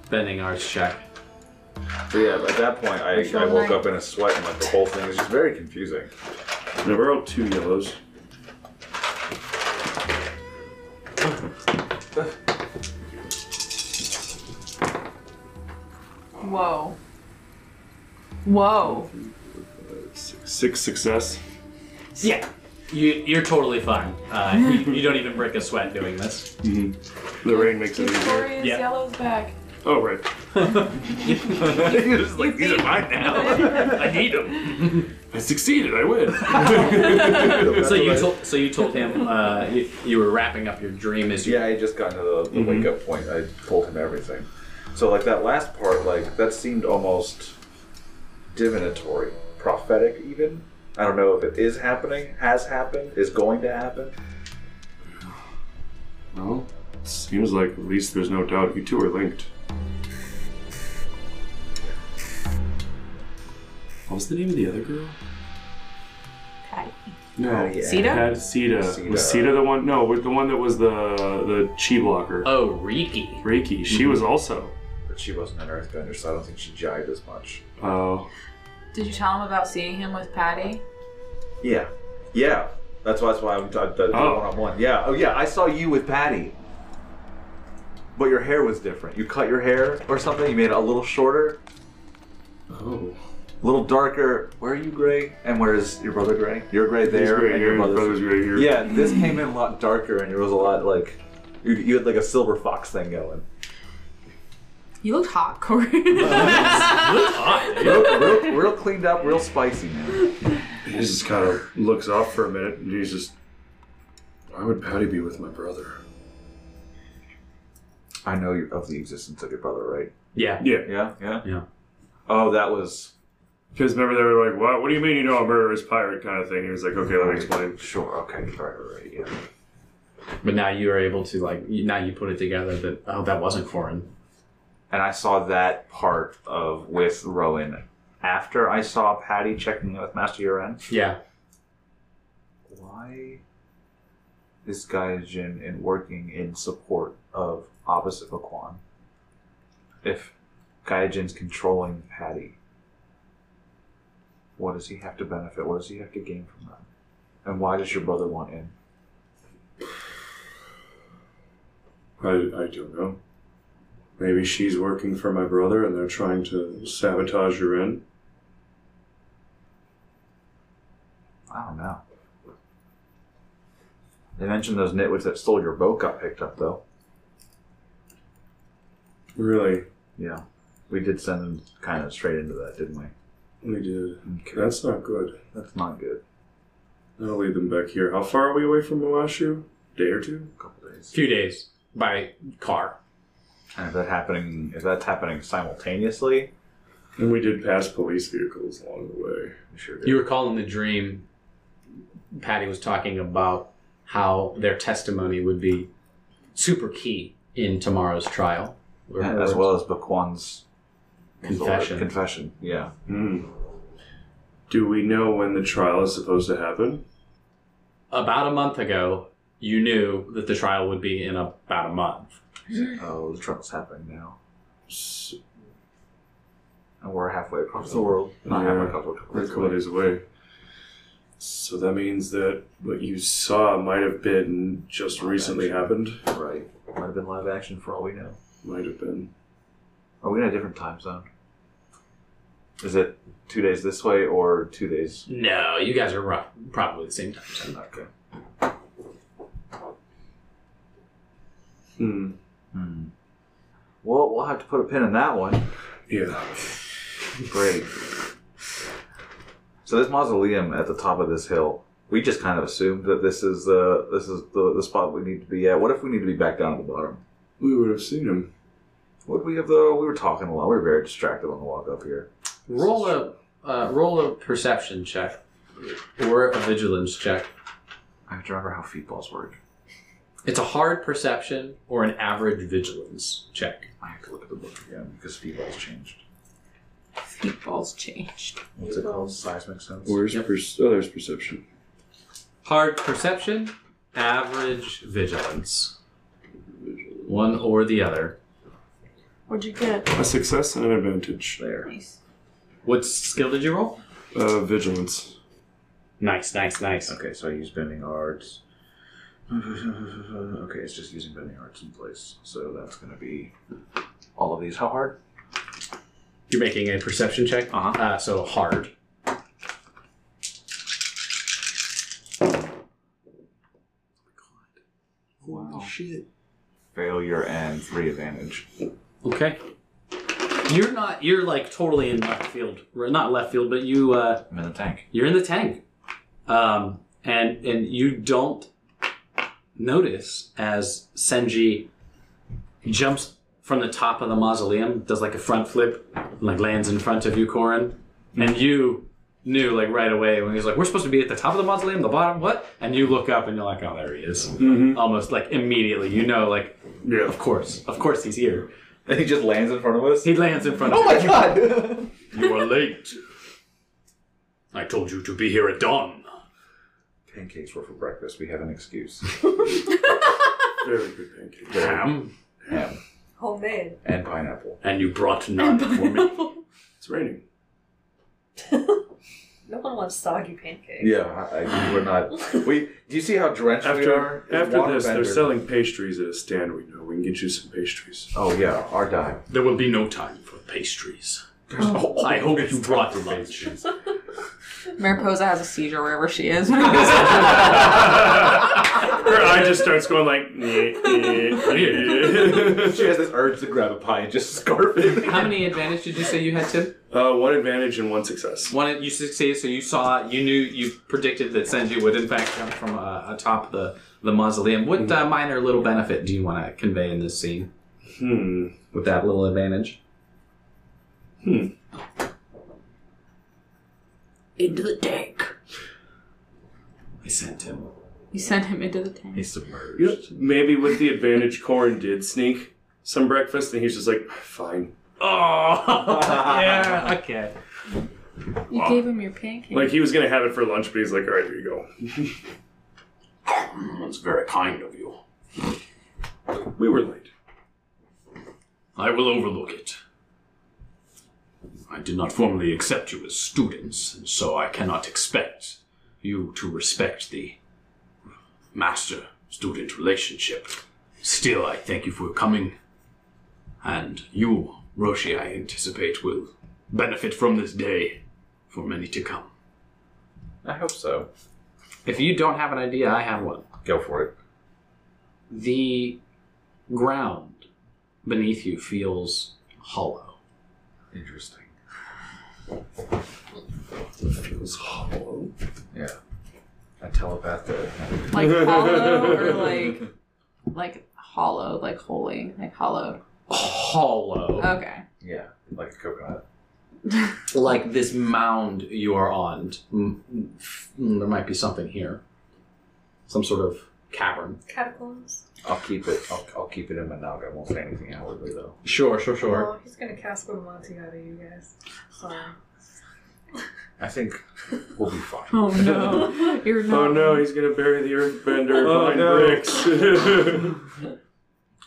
Speaker 2: bending arts check.
Speaker 3: So yeah, at that point, I,
Speaker 4: Which
Speaker 3: I
Speaker 4: one
Speaker 3: woke
Speaker 4: I-
Speaker 3: up in a sweat and like the whole thing is just very confusing.
Speaker 6: Can I borrow two yellows?
Speaker 5: Whoa. Whoa.
Speaker 6: Six, six success.
Speaker 2: Yeah, you you're totally fine. Uh, you, you don't even break a sweat doing this.
Speaker 6: The rain makes it easier.
Speaker 5: Victoria's
Speaker 2: Yeah.
Speaker 5: yellow's back.
Speaker 6: Oh right. It's like, these are mine now. I need them. I succeeded. I win.
Speaker 2: So you told so you told him uh, you, you were wrapping up your dream as you
Speaker 3: Yeah, I just got into the, the
Speaker 2: Mm-hmm.
Speaker 3: wake up point. I told him everything. So like that last part, like that seemed almost divinatory, prophetic even. I don't know if it is happening, has happened, is going to happen.
Speaker 6: Well, seems like at least there's no doubt you two are linked. What was the name of the other girl?
Speaker 4: Patty.
Speaker 6: No,
Speaker 2: Uh,
Speaker 3: Patty, yeah.
Speaker 5: Sita?
Speaker 6: Had Oh. Sita. Was
Speaker 3: Sita.
Speaker 6: Sita the one? No, with the one that was the the chi blocker.
Speaker 2: oh Riki.
Speaker 6: Reiki. She was also.
Speaker 3: But she wasn't an earthbender, so I don't think she jived as much.
Speaker 6: Oh,
Speaker 5: Did you tell him about seeing him with Patty?
Speaker 3: Yeah, yeah. That's why. That's why I'm t- the
Speaker 6: Oh.
Speaker 3: one on one. Yeah.
Speaker 8: Yeah, oh yeah, I saw you with Patty. But your hair was different. You cut your hair or something, you made it a little shorter,
Speaker 6: oh.
Speaker 8: a little darker. Where are you gray? And where is your brother gray? You're gray
Speaker 6: He's
Speaker 8: there,
Speaker 6: right
Speaker 8: and your
Speaker 6: here, his
Speaker 8: brother's,
Speaker 6: brother's right here.
Speaker 8: Yeah, this came in a lot darker, and it was a lot like you, you had like a silver fox thing going.
Speaker 5: You looked hot, Corey.
Speaker 8: Real, real, real cleaned up, real spicy, man.
Speaker 6: He just kind of looks off for a minute, and he's just. Why would Patty be with my brother?
Speaker 8: I know you of the existence of your brother, right?
Speaker 2: Yeah.
Speaker 6: Yeah.
Speaker 8: Yeah, yeah,
Speaker 2: Yeah.
Speaker 8: Oh, that was
Speaker 6: Because remember they were like, "What? What do you mean you know a murderous pirate?" kind of thing. He was like, "Okay, let me explain."
Speaker 8: Sure. Okay. All right. All right. Yeah.
Speaker 2: But now you are able to like you- now you put it together that oh that wasn't foreign.
Speaker 8: And I saw that part of with Rowan after I saw Patty checking in with Master Yoren.
Speaker 2: Yeah.
Speaker 8: Why is Gaijin in working in support of opposite Baquan? If Gaijin's controlling Patty, what does he have to benefit? What does he have to gain from that? And why does your brother want in?
Speaker 6: I, I don't know. Maybe she's working for my brother, and they're trying to sabotage her in.
Speaker 8: I don't know. They mentioned those nitwits that stole your boat got picked up, though.
Speaker 6: Really,
Speaker 8: Yeah. We did send them kind of straight into that, didn't we?
Speaker 6: we did.
Speaker 8: Okay.
Speaker 6: That's not good.
Speaker 8: That's not good.
Speaker 6: I'll lead them back here. How far are we away from Moashu? Day or two?
Speaker 8: A couple days.
Speaker 2: Few days by car.
Speaker 8: And if that happening, if that's happening simultaneously,
Speaker 6: And we did pass police vehicles along the way.
Speaker 8: we sure did.
Speaker 2: You recall in the dream, Patty was talking about how their testimony would be super key in tomorrow's trial. Or-
Speaker 8: And as well as Baquan's
Speaker 2: Confession.
Speaker 8: Confession. Yeah.
Speaker 6: Hmm. Do we know when the trial is supposed to happen?
Speaker 2: About a month ago, you knew that the trial would be in about a month.
Speaker 8: Oh, the trial's happening now,
Speaker 6: S-
Speaker 8: and we're halfway across the world. Not halfway
Speaker 6: Yeah.
Speaker 8: across the world.
Speaker 6: We're a couple days away. So that means that what you saw might have been just recently happened.
Speaker 8: Right. Might have been live action for all we know.
Speaker 6: Might have been.
Speaker 8: Are we in a different time zone? Is it two days this way or two days?
Speaker 2: No, you guys are rough, probably the same time. zone.
Speaker 8: Okay.
Speaker 6: Hmm.
Speaker 8: Hmm. Well, we'll have to put a pin in that one.
Speaker 6: Yeah.
Speaker 8: Great. So this mausoleum at the top of this hill, we just kind of assumed that this is the this is the, the spot we need to be at. What if we need to be back down at the bottom?
Speaker 6: We would have seen him.
Speaker 8: Would we have though? We were talking a lot. We were very distracted on the walk up here.
Speaker 2: Roll a uh, roll a perception check or a vigilance check.
Speaker 8: I have to remember how feet balls work.
Speaker 2: It's a hard perception or an average vigilance check.
Speaker 8: I have to look at the book again because feet balls changed.
Speaker 5: Meatballs changed.
Speaker 8: What's it called? Seismic sense.
Speaker 6: Where's
Speaker 2: Yep.
Speaker 6: perce- oh, there's perception.
Speaker 2: Hard perception, average vigilance. One or the other.
Speaker 4: What'd you get?
Speaker 6: A success and an advantage.
Speaker 8: there.
Speaker 5: Nice.
Speaker 2: What skill did you roll?
Speaker 6: Uh, vigilance.
Speaker 2: Nice, nice, nice.
Speaker 8: Okay, so I use bending arts. okay, it's just using bending arts in place. So that's going to be all of these. How hard?
Speaker 2: You're making a perception check.
Speaker 8: Uh-huh.
Speaker 2: Uh, so hard.
Speaker 8: Wow. Shit. Failure and three advantage.
Speaker 2: Okay. You're not. You're like totally in left field. Or Not left field, but you. Uh,
Speaker 8: I'm in the tank.
Speaker 2: you're in the tank, um, and and you don't notice as Senji jumps from the top of the mausoleum, does like a front flip, and like lands in front of you, Corin, and you knew like right away when he's like, "We're supposed to be at the top of the mausoleum, the bottom, what?" And you look up and you're like, "Oh, there he is!"
Speaker 6: Mm-hmm.
Speaker 2: Almost like immediately, you know, like
Speaker 6: Yeah.
Speaker 2: of course, of course he's here.
Speaker 8: And he just lands in front of us.
Speaker 2: He lands in front of
Speaker 8: Oh
Speaker 2: you.
Speaker 8: my god!
Speaker 2: You are late. I told you to be here at dawn.
Speaker 8: Pancakes were for breakfast. We have an excuse.
Speaker 6: Very good pancake.
Speaker 2: Ham,
Speaker 8: Ham
Speaker 7: Homemade.
Speaker 8: and pineapple.
Speaker 2: and you brought none for me.
Speaker 6: It's raining.
Speaker 7: No one wants soggy pancakes.
Speaker 8: Yeah, I, I, we're not. We. Do you see how drenched we are?
Speaker 6: After,
Speaker 8: It's
Speaker 6: after
Speaker 8: water
Speaker 6: this, they're
Speaker 8: bender.
Speaker 6: selling pastries at a stand we know. We can get you some pastries.
Speaker 8: Oh yeah, our dime.
Speaker 2: There will be no time for pastries. I hope you brought lunch.
Speaker 5: Mariposa has a seizure wherever she is.
Speaker 6: Her eye just starts going like. "Nyeh, nyeh, nyeh."
Speaker 8: She has this urge to grab a pie and just scarf it.
Speaker 2: How many advantage did you say you had, Tim?
Speaker 6: uh, one advantage and one success.
Speaker 2: One, you succeeded, so you saw, you knew, you predicted that Senju would in fact come Mm-hmm. from uh, atop the, the mausoleum. What uh, minor little benefit do you want to convey in this scene?
Speaker 6: Hmm.
Speaker 9: with that little advantage.
Speaker 5: Into the tank.
Speaker 9: I sent him.
Speaker 5: You sent him into the tank.
Speaker 8: He's submerged.
Speaker 6: You know, maybe with the advantage, Corin did sneak some breakfast, and he's just like, fine.
Speaker 9: Oh, yeah. Okay.
Speaker 5: You gave him your pancake.
Speaker 6: Like he was gonna have it for lunch, but he's like, all right, here you go.
Speaker 10: That's very kind of you.
Speaker 6: We were late.
Speaker 10: I will overlook it. I did not formally accept you as students, and so I cannot expect you to respect the master student relationship. Still, I thank you for coming, and you, Roshi, I anticipate, will benefit from this day for many to come.
Speaker 8: I hope so.
Speaker 10: If you don't have an idea, I have one.
Speaker 8: Go for it.
Speaker 10: The ground beneath you feels hollow.
Speaker 8: Interesting.
Speaker 6: Feels hollow.
Speaker 8: Yeah. I telepath that.
Speaker 5: Like hollow or like like hollow, like holy, like hollow.
Speaker 2: hollow.
Speaker 5: Okay.
Speaker 8: Yeah, like a coconut.
Speaker 2: Like this mound you are on. Mm, mm, There might be something here. Some sort of cavern.
Speaker 7: Catacombs.
Speaker 8: I'll keep it. I'll, I'll keep it in my nog. I won't say anything outwardly though.
Speaker 2: Sure, sure, sure.
Speaker 7: Oh, he's gonna cast one Monty out of you guys. Sorry.
Speaker 8: I think we'll be fine.
Speaker 5: Oh no. You're
Speaker 6: Oh
Speaker 5: not.
Speaker 6: no, he's gonna bury the earthbender
Speaker 11: Oh,
Speaker 6: behind
Speaker 11: no.
Speaker 6: bricks.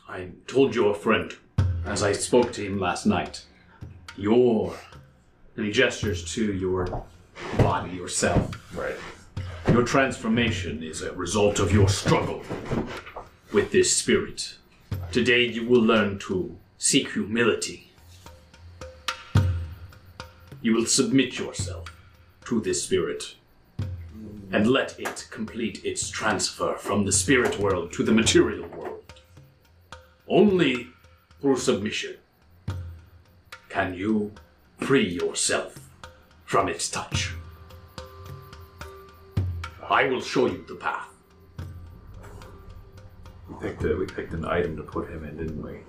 Speaker 10: I told your friend, as I spoke to him last night, your. And he gestures to your body, yourself.
Speaker 8: Right.
Speaker 10: Your transformation is a result of your struggle with this spirit. Today you will learn to seek humility. You will submit yourself to this spirit and let it complete its transfer from the spirit world to the material world. Only through submission can you free yourself from its touch. I will show you the path.
Speaker 8: We picked a, we picked an item to put him in, didn't we?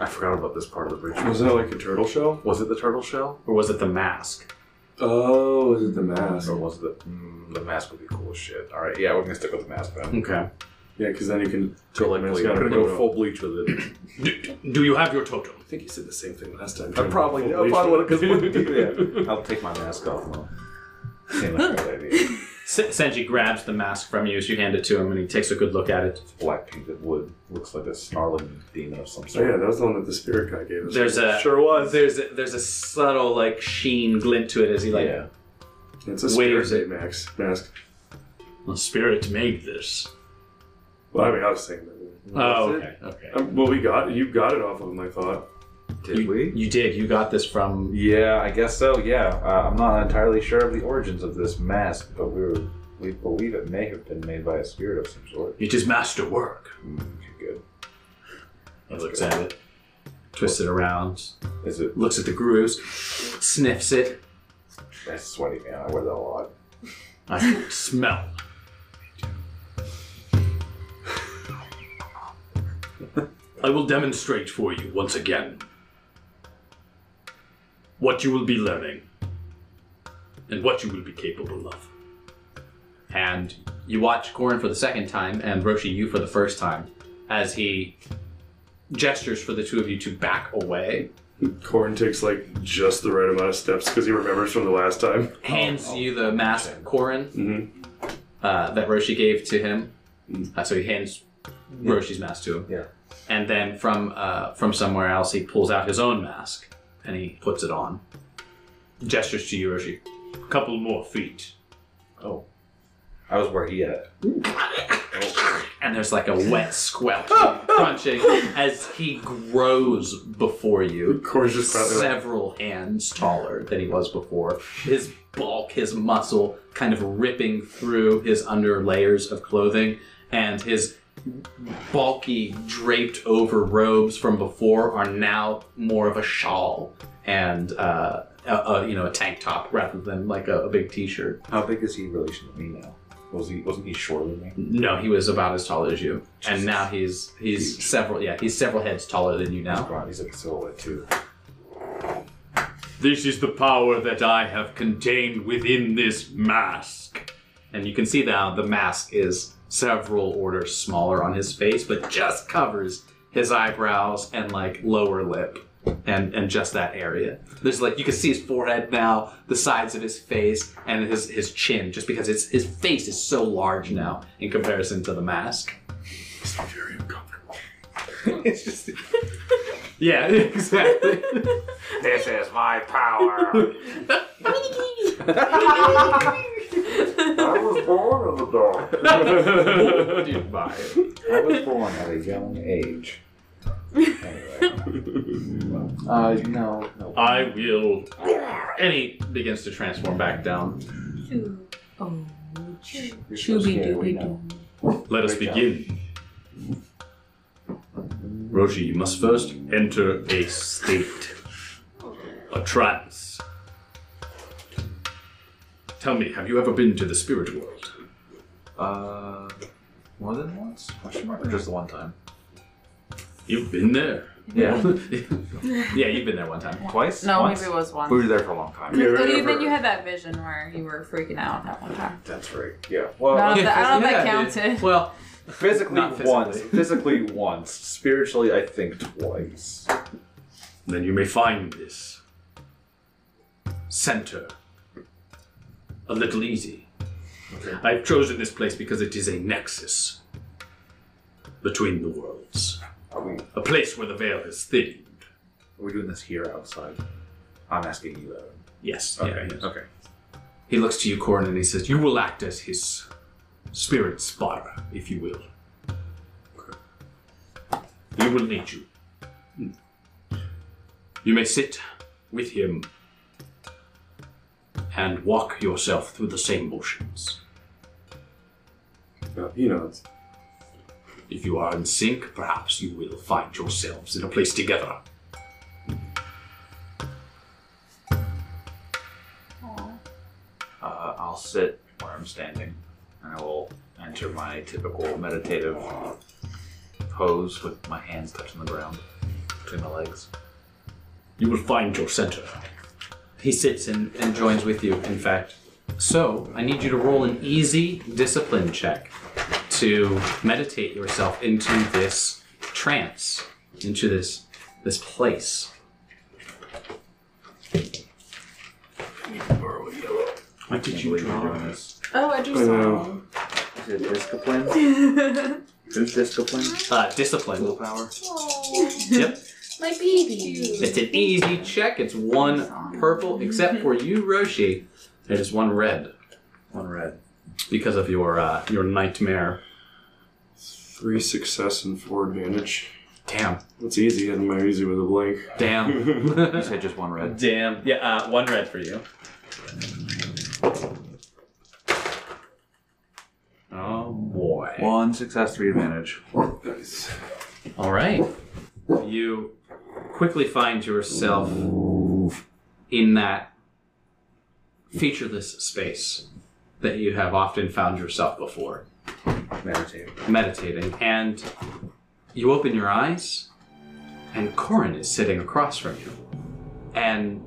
Speaker 8: I forgot about this part of the ritual.
Speaker 6: Wasn't it like a turtle shell?
Speaker 8: Was it the turtle shell?
Speaker 10: Or was it the mask?
Speaker 6: Oh, is it the mask?
Speaker 8: Or was it the mm, the mask would be cool as shit. All right. Yeah, we're gonna stick with the mask then.
Speaker 10: Okay.
Speaker 6: Yeah, because then you can.
Speaker 8: So like,
Speaker 6: I mean, it's
Speaker 8: we're
Speaker 6: got a
Speaker 8: gonna go
Speaker 6: photo.
Speaker 8: full bleach with it.
Speaker 10: Do, do you have your totem?
Speaker 6: I think you said the same thing last time.
Speaker 8: I probably, I probably would because we do that. I'll take my mask off now. Seemed like a good idea.
Speaker 2: S- Senji grabs the mask from you as you hand it to him and he takes a good look at it.
Speaker 8: It's black painted wood. Looks like a snarling demon of some
Speaker 6: Oh, yeah,
Speaker 8: sort.
Speaker 6: that was the one that the spirit guy gave us.
Speaker 2: There's a
Speaker 6: sure was.
Speaker 2: There's a, there's a subtle like sheen glint to it as he like
Speaker 8: yeah.
Speaker 6: It's a
Speaker 2: Waiters.
Speaker 6: spirit day max mask.
Speaker 10: The spirit made this.
Speaker 6: Well, I mean, I was saying that.
Speaker 10: Oh,
Speaker 6: Was it?
Speaker 10: okay. Okay.
Speaker 6: Um, well, we got you got it off of him. I thought.
Speaker 8: Did
Speaker 2: you,
Speaker 8: we?
Speaker 2: you did. You got this from
Speaker 8: Yeah, I guess so. Yeah, uh, I'm not entirely sure of the origins of this mask, but we were, we believe it may have been made by a spirit of some sort.
Speaker 10: It is masterwork.
Speaker 8: Mm, good.
Speaker 2: He looks at it, twists it around,
Speaker 8: Is it?
Speaker 2: looks at the grooves, sniffs it.
Speaker 8: That's sweaty, man. I wear that a lot.
Speaker 10: I can smell. I will demonstrate for you once again what you will be learning and what you will be capable of.
Speaker 2: and you watch Korin for the second time and Roshi you for the first time as he gestures for the two of you to back away,
Speaker 6: Corn takes like just the right amount of steps because he remembers from the last time.
Speaker 2: hands you the mask, Korin,
Speaker 6: Mhm.
Speaker 2: uh, that Roshi gave to him. Uh, so he hands Roshi's mask to him.
Speaker 8: Yeah.
Speaker 2: And then from uh, from somewhere else, he pulls out his own mask and he puts it on. Gestures to you, Roshi.
Speaker 10: Couple more feet.
Speaker 8: Oh, I was where he at. Oh.
Speaker 2: and there's like a wet squelch crunching as he grows before you
Speaker 6: Corn's just clapping. like,
Speaker 2: several hands taller than he was before his bulk his muscle kind of ripping through his under layers of clothing and his bulky draped over robes from before are now more of a shawl and uh, a, a, you know a tank top rather than like a, a big t-shirt
Speaker 8: How big is he in relation to me now? Was he? Wasn't he shorter than me?
Speaker 2: No, he was about as tall as you, and now he's he's several yeah he's several heads taller than you now.
Speaker 8: Right, he's like a silhouette too.
Speaker 12: This is the power that I have contained within this mask.
Speaker 2: And you can see now the mask is several orders smaller on his face, but just covers his eyebrows and like lower lip and and just that area. There's like you can see his forehead now, the sides of his face, and his his chin, just because it's his face is so large now in comparison to the mask.
Speaker 12: Very uncomfortable.
Speaker 8: it's just
Speaker 2: Yeah, exactly.
Speaker 8: this is my power. I was born of a dog.
Speaker 2: Dude, bye.
Speaker 8: I was born at a young age.
Speaker 2: Uh, no, no.
Speaker 12: I will.
Speaker 2: And he begins to transform back down.
Speaker 12: Let us begin. Roshi, you must first enter a state, a trance. Tell me, have you ever been to the spirit world?
Speaker 8: Uh, more than once? Question mark? Or just the one time?
Speaker 12: You've been there.
Speaker 8: Yeah,
Speaker 2: Yeah, you've been there one time.
Speaker 8: twice.
Speaker 5: No,
Speaker 8: Once?
Speaker 5: maybe it was once.
Speaker 8: We were there for a long time.
Speaker 6: Yeah,
Speaker 5: But
Speaker 6: right
Speaker 5: even
Speaker 6: over-
Speaker 5: you had that vision where you were freaking out that one time.
Speaker 8: That's right. Yeah. Well,
Speaker 5: No, I don't know if that- I don't know if
Speaker 2: Yeah,
Speaker 5: that
Speaker 2: dude.
Speaker 5: counted.
Speaker 2: Well,
Speaker 8: physically,
Speaker 2: Not physically.
Speaker 8: once. Physically once. Spiritually, I think twice.
Speaker 12: Then you may find this center a little easy. I've chosen this place because it is a nexus between the worlds,
Speaker 8: Are we? Are
Speaker 12: a place where the veil has thinned.
Speaker 8: we doing this here outside? I'm asking you that.
Speaker 2: yes.
Speaker 8: Okay.
Speaker 2: Yeah, yes.
Speaker 8: Okay.
Speaker 12: He looks to you, Corin, and he says, You will act as his spirit spotter, if you will. He will need you. You may sit with him and walk yourself through the same motions.
Speaker 6: Uh, he nods.
Speaker 12: If you are in sync, perhaps you will find yourselves in a place together.
Speaker 8: Uh, I'll sit where I'm standing, and I will enter my typical meditative pose with my hands touching the ground between my legs.
Speaker 12: You will find your center.
Speaker 2: He sits and, and joins with you, in fact. So, I need you to roll an easy discipline check to meditate yourself into this trance, into this this place.
Speaker 12: Why did you draw
Speaker 13: Oh, I do
Speaker 6: I know.
Speaker 13: something.
Speaker 8: Is it discipline? Is discipline?
Speaker 2: Uh, discipline.
Speaker 8: Willpower?
Speaker 2: Yep.
Speaker 13: My baby.
Speaker 2: It's an easy check. It's one purple, except for you, Roshi. It is one red
Speaker 8: One red.
Speaker 2: because of your uh, your nightmare.
Speaker 6: Three success and four advantage.
Speaker 2: Damn.
Speaker 6: That's easy, and my easy with a blank.
Speaker 2: Damn.
Speaker 8: You said just one red.
Speaker 2: Damn. Yeah. Uh, one red for you. Oh boy.
Speaker 8: One success, three advantage.
Speaker 6: Nice.
Speaker 2: All right. You quickly find yourself in that featureless space that you have often found yourself before,
Speaker 8: Meditative.
Speaker 2: meditating. And you open your eyes, and Corin is sitting across from you. And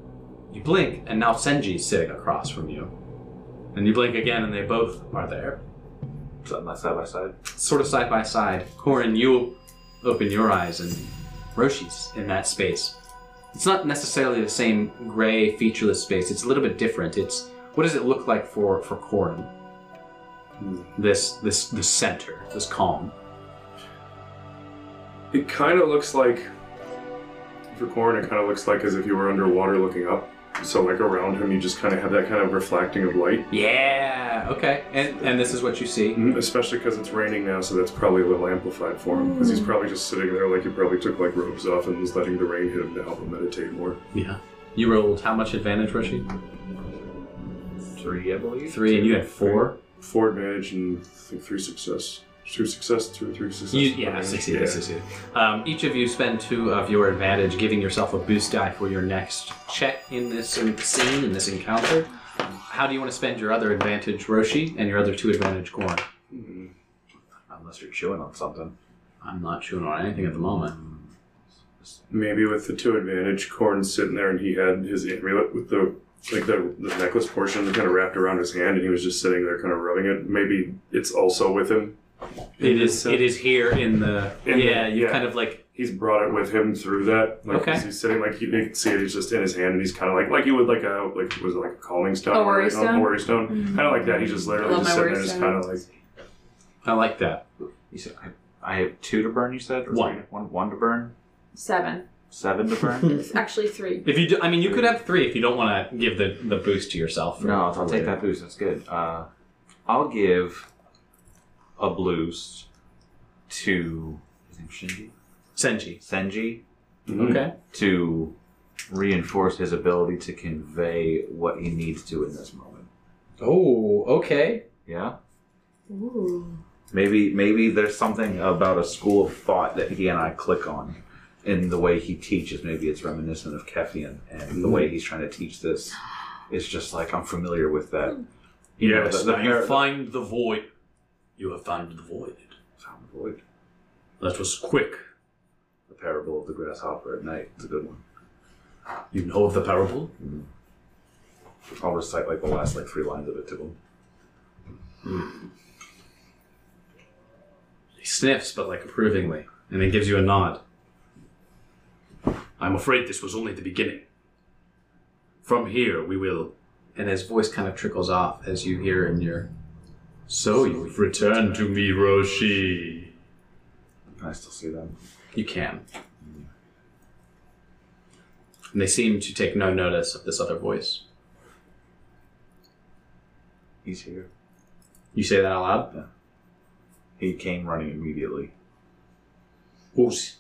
Speaker 2: you blink, and now Senji's sitting across from you. And you blink again, and they both are there
Speaker 8: Is that my side by side?
Speaker 2: sort of side by side. Corin, you open your eyes, and Roshi's in that space. It's not necessarily the same gray, featureless space. It's a little bit different. It's what does it look like for for Corin? This this this center, this calm.
Speaker 6: It kind of looks like, for Corn, it kind of looks like as if you were underwater looking up. So, like around him, you just kind of have that kind of reflecting of light.
Speaker 2: Yeah. Okay. And and this is what you see.
Speaker 6: Mm, Especially because it's raining now, so that's probably a little amplified for him. Because he's probably just sitting there like he probably took like robes off and was letting the rain hit him to help him meditate more.
Speaker 2: Yeah. You rolled how much advantage, Roshi?
Speaker 8: Three, I believe.
Speaker 2: Three, and you had four.
Speaker 6: Four advantage and I think three success. Two success, two, three success.
Speaker 2: You, yeah, succeeded, succeeded. Um, each of you spend two of your advantage, giving yourself a boost die for your next check in this en- scene, in this encounter. how do you want to spend your other advantage, Roshi, and your other two advantage, Gorn?
Speaker 6: Mm-hmm.
Speaker 8: Unless you're chewing on something.
Speaker 2: I'm not chewing on anything at the moment.
Speaker 6: Maybe with the two advantage, Corn's sitting there and he had his amulet with the like the, the necklace portion kind of wrapped around his hand and he was just sitting there kind of rubbing it. Maybe it's also with him.
Speaker 2: It is. It is here in the.
Speaker 6: In the-
Speaker 2: yeah, you
Speaker 6: yeah.
Speaker 2: kind of like.
Speaker 6: He's brought it with him through that. Like,
Speaker 2: Okay.
Speaker 6: as He's sitting like you can see it. He's just in his hand, and he's kind of like like you would like a like was it like a calming stone,
Speaker 5: A worry
Speaker 6: or
Speaker 5: stone? Mm-hmm.
Speaker 6: a worry stone, kind of like that. He's just literally
Speaker 5: Love
Speaker 6: just
Speaker 5: my
Speaker 6: sitting there,
Speaker 5: worry
Speaker 6: just
Speaker 5: stone.
Speaker 6: kind of like
Speaker 2: I like that.
Speaker 8: You said I, I have two to burn. You said Or
Speaker 2: One.
Speaker 8: three? one, one to burn,
Speaker 5: Seven.
Speaker 8: seven to burn.
Speaker 5: It's actually three.
Speaker 2: If you, do, I mean, you could have three if you don't want to give the the boost to yourself.
Speaker 8: no, I'll take that boost. That's good. Uh, I'll give a boost to his name Shinji
Speaker 2: Senji.
Speaker 8: Senji
Speaker 6: mm-hmm.
Speaker 2: Okay.
Speaker 8: to reinforce his ability to convey what he needs to in this moment.
Speaker 2: Oh, okay.
Speaker 8: Yeah.
Speaker 5: Ooh.
Speaker 8: Maybe maybe there's something about a school of thought that he and I click on in the way he teaches. Maybe it's reminiscent of Kefian and the way he's trying to teach this. It's just like I'm familiar with that. You know,
Speaker 14: Yes,
Speaker 8: the- the
Speaker 14: now you
Speaker 8: par-
Speaker 14: find the void. You have found the void.
Speaker 8: Found the void.
Speaker 14: That was quick.
Speaker 8: The parable of the grasshopper at night. It's a good one.
Speaker 14: You know of the parable?
Speaker 8: I'll recite like the last like three lines of it to him.
Speaker 2: He sniffs, but like approvingly, and then gives you a nod.
Speaker 14: I'm afraid this was only the beginning. From here, we will.
Speaker 2: And his voice kind of trickles off as you hear in your.
Speaker 14: So you've returned to me, Roshi.
Speaker 8: Can I still see them?
Speaker 2: You can. And they seem to take no notice of this other voice.
Speaker 8: He's here.
Speaker 2: You say that out loud.
Speaker 8: He came running immediately.
Speaker 14: Who's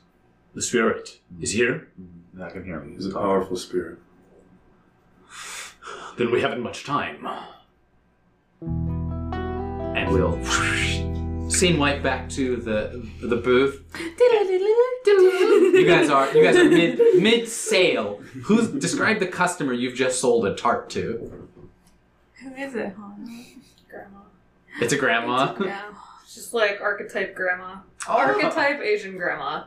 Speaker 14: the spirit? Is here?
Speaker 15: Mm-hmm.
Speaker 8: And I can hear him.
Speaker 6: he's a powerful spirit.
Speaker 14: Then we haven't much time. And we'll.
Speaker 2: Scene wipe back to the the booth. You
Speaker 5: You
Speaker 2: guys are you guys are mid mid sale. Who's describe the customer you've just sold a tart to?
Speaker 16: Who is it?
Speaker 13: Grandma.
Speaker 2: It's a grandma.
Speaker 13: Yeah. Just like archetype grandma. Archetype Asian grandma.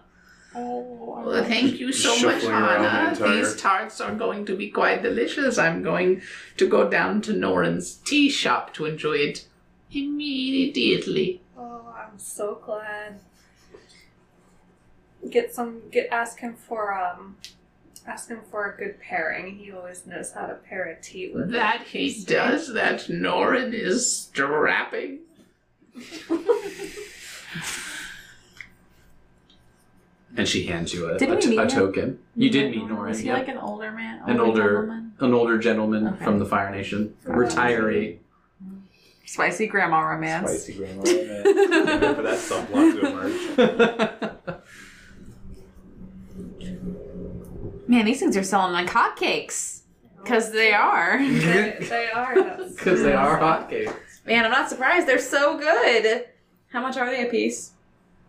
Speaker 16: Oh,
Speaker 7: thank you so much,
Speaker 6: Shuffling around the
Speaker 7: Anna.
Speaker 6: entire-
Speaker 7: These tarts are going to be quite delicious. I'm going to go down to Noren's tea shop to enjoy it immediately.
Speaker 13: Oh, I'm so glad. Get some. Get ask him for um, ask him for a good pairing. He always knows how to pair a tea with it.
Speaker 7: That he does, that Noren is strapping.
Speaker 2: And she hands you a,
Speaker 16: Did
Speaker 2: a,
Speaker 16: we
Speaker 2: t-
Speaker 16: meet
Speaker 2: a
Speaker 16: him?
Speaker 2: token. You did meet Nora.
Speaker 16: Is he
Speaker 2: yeah.
Speaker 16: like an older man?
Speaker 2: An older-
Speaker 16: gentleman?
Speaker 2: an older gentleman
Speaker 16: Okay.
Speaker 2: from the Fire Nation, retiree.
Speaker 5: Spicy grandma romance.
Speaker 8: Spicy grandma. man. For that subplot to emerge.
Speaker 5: Man, these things are selling like hotcakes. Because they are.
Speaker 17: Mm-hmm.
Speaker 13: They, they are. that's-
Speaker 2: Because they are hotcakes.
Speaker 5: Man, I'm not surprised. They're so good. How much are they a piece?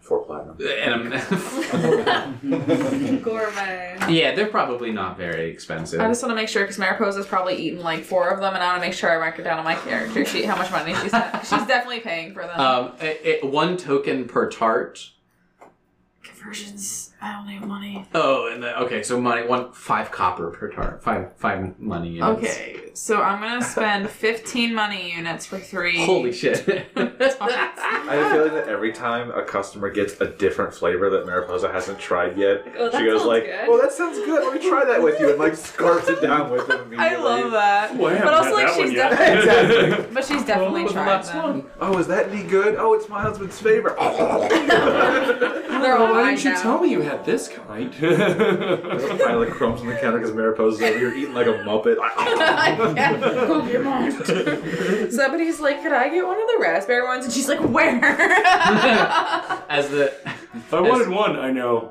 Speaker 8: Four platinum.
Speaker 2: And I'm-
Speaker 13: gourmet.
Speaker 2: yeah, they're probably not very expensive.
Speaker 5: I just want to make sure because Mariposa's probably eaten like four of them, and I want to make sure I mark it down on my character sheet how much money she's spent. She's definitely paying for them.
Speaker 2: Um, a- a- one token per tart.
Speaker 5: Conversions. I don't have money.
Speaker 2: Oh, and the, okay, so money one five copper per tart, five five money units.
Speaker 5: Okay, so I'm gonna spend 15 money units for three.
Speaker 2: Holy shit!
Speaker 15: I have a feeling that every time a customer gets a different flavor that Mariposa hasn't tried yet,
Speaker 13: Oh, that
Speaker 15: she goes
Speaker 13: sounds
Speaker 15: like,
Speaker 13: good.
Speaker 15: "Well, that sounds good. Let me try that with you," and like scarfs it down with them. Immediately.
Speaker 5: I love that.
Speaker 6: Well, I
Speaker 5: but
Speaker 6: haven't
Speaker 5: also
Speaker 6: had
Speaker 5: like
Speaker 6: that one
Speaker 5: she's
Speaker 6: yet.
Speaker 5: definitely,
Speaker 15: Exactly.
Speaker 5: but she's definitely
Speaker 2: Well,
Speaker 5: tried
Speaker 2: that's
Speaker 5: them.
Speaker 2: one.
Speaker 15: Oh, is that any good? Oh, it's my husband's favorite.
Speaker 5: They're all
Speaker 6: Why
Speaker 5: mine
Speaker 6: didn't you
Speaker 5: now.
Speaker 6: tell me you had this kind?
Speaker 15: A pile of crumbs on the counter because Mariposa's over here eating like a muppet.
Speaker 5: Yeah, go get mine. Somebody's like, could I get one of the raspberry ones? And she's like, where?
Speaker 2: As the
Speaker 6: I wanted one. I know.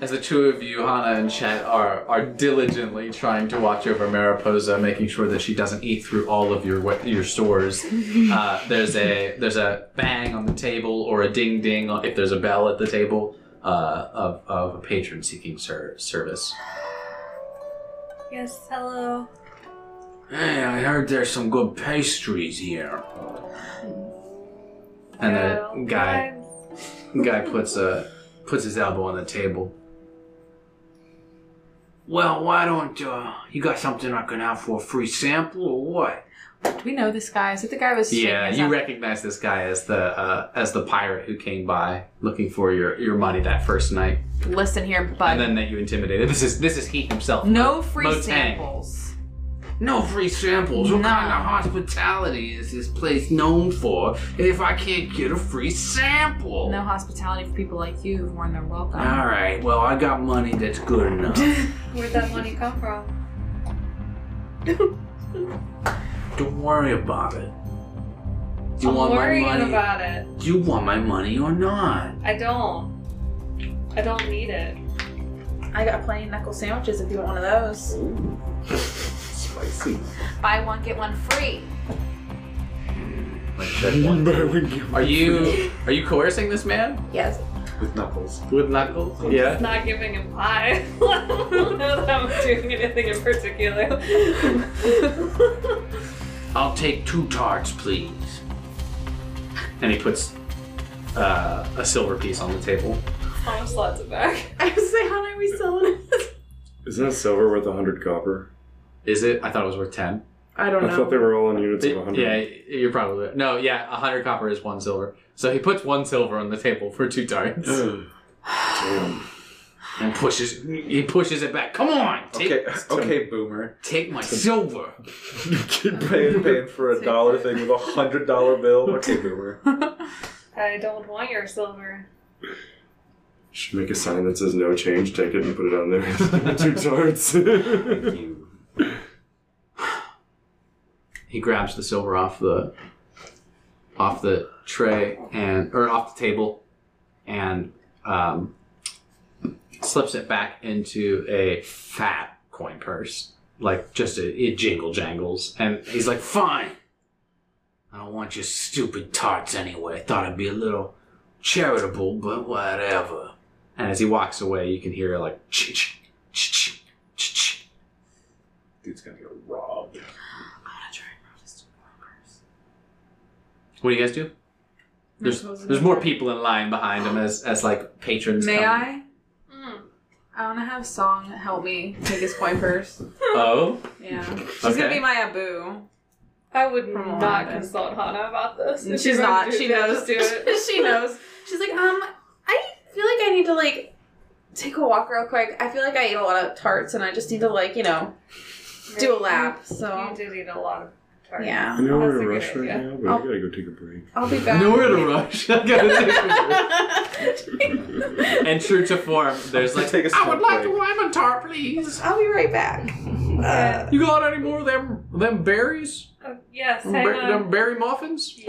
Speaker 2: as the two of you, Hana and Chet, are are diligently trying to watch over Mariposa, making sure that she doesn't eat through all of your wa- your stores. Uh, there's a there's a bang on the table or a ding ding on- if there's a bell at the table uh, of of a patron seeking ser- service.
Speaker 13: Yes. Hello.
Speaker 17: Hey, I heard there's some good pastries here.
Speaker 2: And the guy guy puts a puts his elbow on the table.
Speaker 17: Well, why don't uh, you got something I can have for a free sample or what?
Speaker 5: Do we know this guy? Is it the guy who was? shaking
Speaker 2: Yeah,
Speaker 5: his
Speaker 2: you
Speaker 5: hand?
Speaker 2: recognize this guy as the uh, as the pirate who came by looking for your, your money that first night,
Speaker 5: Listen here,
Speaker 2: and
Speaker 5: bud.
Speaker 2: then that you intimidated. This is this is he himself.
Speaker 5: No free
Speaker 2: Motang.
Speaker 5: samples.
Speaker 17: No free samples. What kind of hospitality is this place known for if I can't get a free sample?
Speaker 5: No hospitality for people like you who've worn their welcome.
Speaker 2: Ah.
Speaker 17: All right. Well, I got money that's good enough.
Speaker 13: Where'd that money come from?
Speaker 17: Don't worry about it. Do you
Speaker 13: I'm
Speaker 17: want my
Speaker 13: worrying
Speaker 17: money?
Speaker 13: about it.
Speaker 17: Do you want my money or not?
Speaker 13: I don't. I don't need it.
Speaker 5: I got plenty of knuckle sandwiches if you want one of those.
Speaker 8: Spicy.
Speaker 5: Buy one, get one free.
Speaker 2: Are you are you coercing this man
Speaker 5: Yes.
Speaker 8: With knuckles.
Speaker 2: with knuckles?
Speaker 13: It's not giving him pie. I don't know that I'm doing anything in particular.
Speaker 17: I'll take two tarts, please.
Speaker 2: And he puts uh, a silver piece on the table.
Speaker 13: How much lots of back?
Speaker 5: I was like, how are we selling this?
Speaker 6: Isn't that silver worth a hundred copper?
Speaker 2: Is it? I thought it was worth ten.
Speaker 5: I don't
Speaker 6: I thought they were all in units of a hundred.
Speaker 2: Yeah, you're probably no. Yeah, a hundred copper is one silver. So he puts one silver on the table for two tarts.
Speaker 6: Damn.
Speaker 17: And pushes. He pushes it back. Come on. Take,
Speaker 8: Okay, okay, boomer.
Speaker 17: take my silver.
Speaker 8: paying, paying for a dollar thing with a hundred dollar bill. Okay, boomer.
Speaker 13: I don't want your silver.
Speaker 6: Should make a sign that says no change, take it and put it on there. Two tarts.
Speaker 2: You. He grabs the silver off the off the tray and or off the table, and um, slips it back into a fat coin purse. Like just a, it jingle jangles, and he's like,
Speaker 17: Fine. I don't want your stupid tarts anyway. I thought I'd be a little charitable, but whatever.
Speaker 2: and as he walks away, you can hear like ch ch ch ch.
Speaker 8: Dude's gonna get robbed.
Speaker 2: What do you guys do? There's there's more people in line behind him as as like patrons.
Speaker 5: May
Speaker 2: come.
Speaker 5: I?
Speaker 13: Mm.
Speaker 5: I want to have Song help me take his coin purse.
Speaker 2: Oh,
Speaker 5: Yeah. She's
Speaker 2: Okay.
Speaker 5: gonna be my Abu.
Speaker 13: I would
Speaker 5: From
Speaker 13: not
Speaker 5: Aladdin.
Speaker 13: consult Hana about this. If
Speaker 5: She's
Speaker 13: you're gonna
Speaker 5: not.
Speaker 13: do
Speaker 5: She
Speaker 13: that,
Speaker 5: knows.
Speaker 13: just Do it.
Speaker 5: she knows. She's like, um, I feel like I need to like take a walk real quick. I feel like I ate a lot of tarts, and I just need to like you know do a lap.
Speaker 13: You
Speaker 5: So
Speaker 13: did eat a lot of tarts.
Speaker 6: I
Speaker 5: yeah, Oh.
Speaker 6: know
Speaker 13: That's
Speaker 6: we're in
Speaker 13: a
Speaker 6: a
Speaker 13: good
Speaker 6: rush right
Speaker 13: idea.
Speaker 6: now, but I gotta go take a break.
Speaker 5: I'll be back.
Speaker 2: nowhere to rush. I gotta take a break.
Speaker 5: I'll
Speaker 2: and true to form, there's like
Speaker 8: Take a
Speaker 18: I would like
Speaker 8: break.
Speaker 18: to have a tart, please.
Speaker 5: be right back. Uh,
Speaker 2: you got any more of them them berries?
Speaker 13: Oh, yes,
Speaker 2: Them,
Speaker 13: hang
Speaker 2: ber-
Speaker 13: on.
Speaker 2: them berry muffins?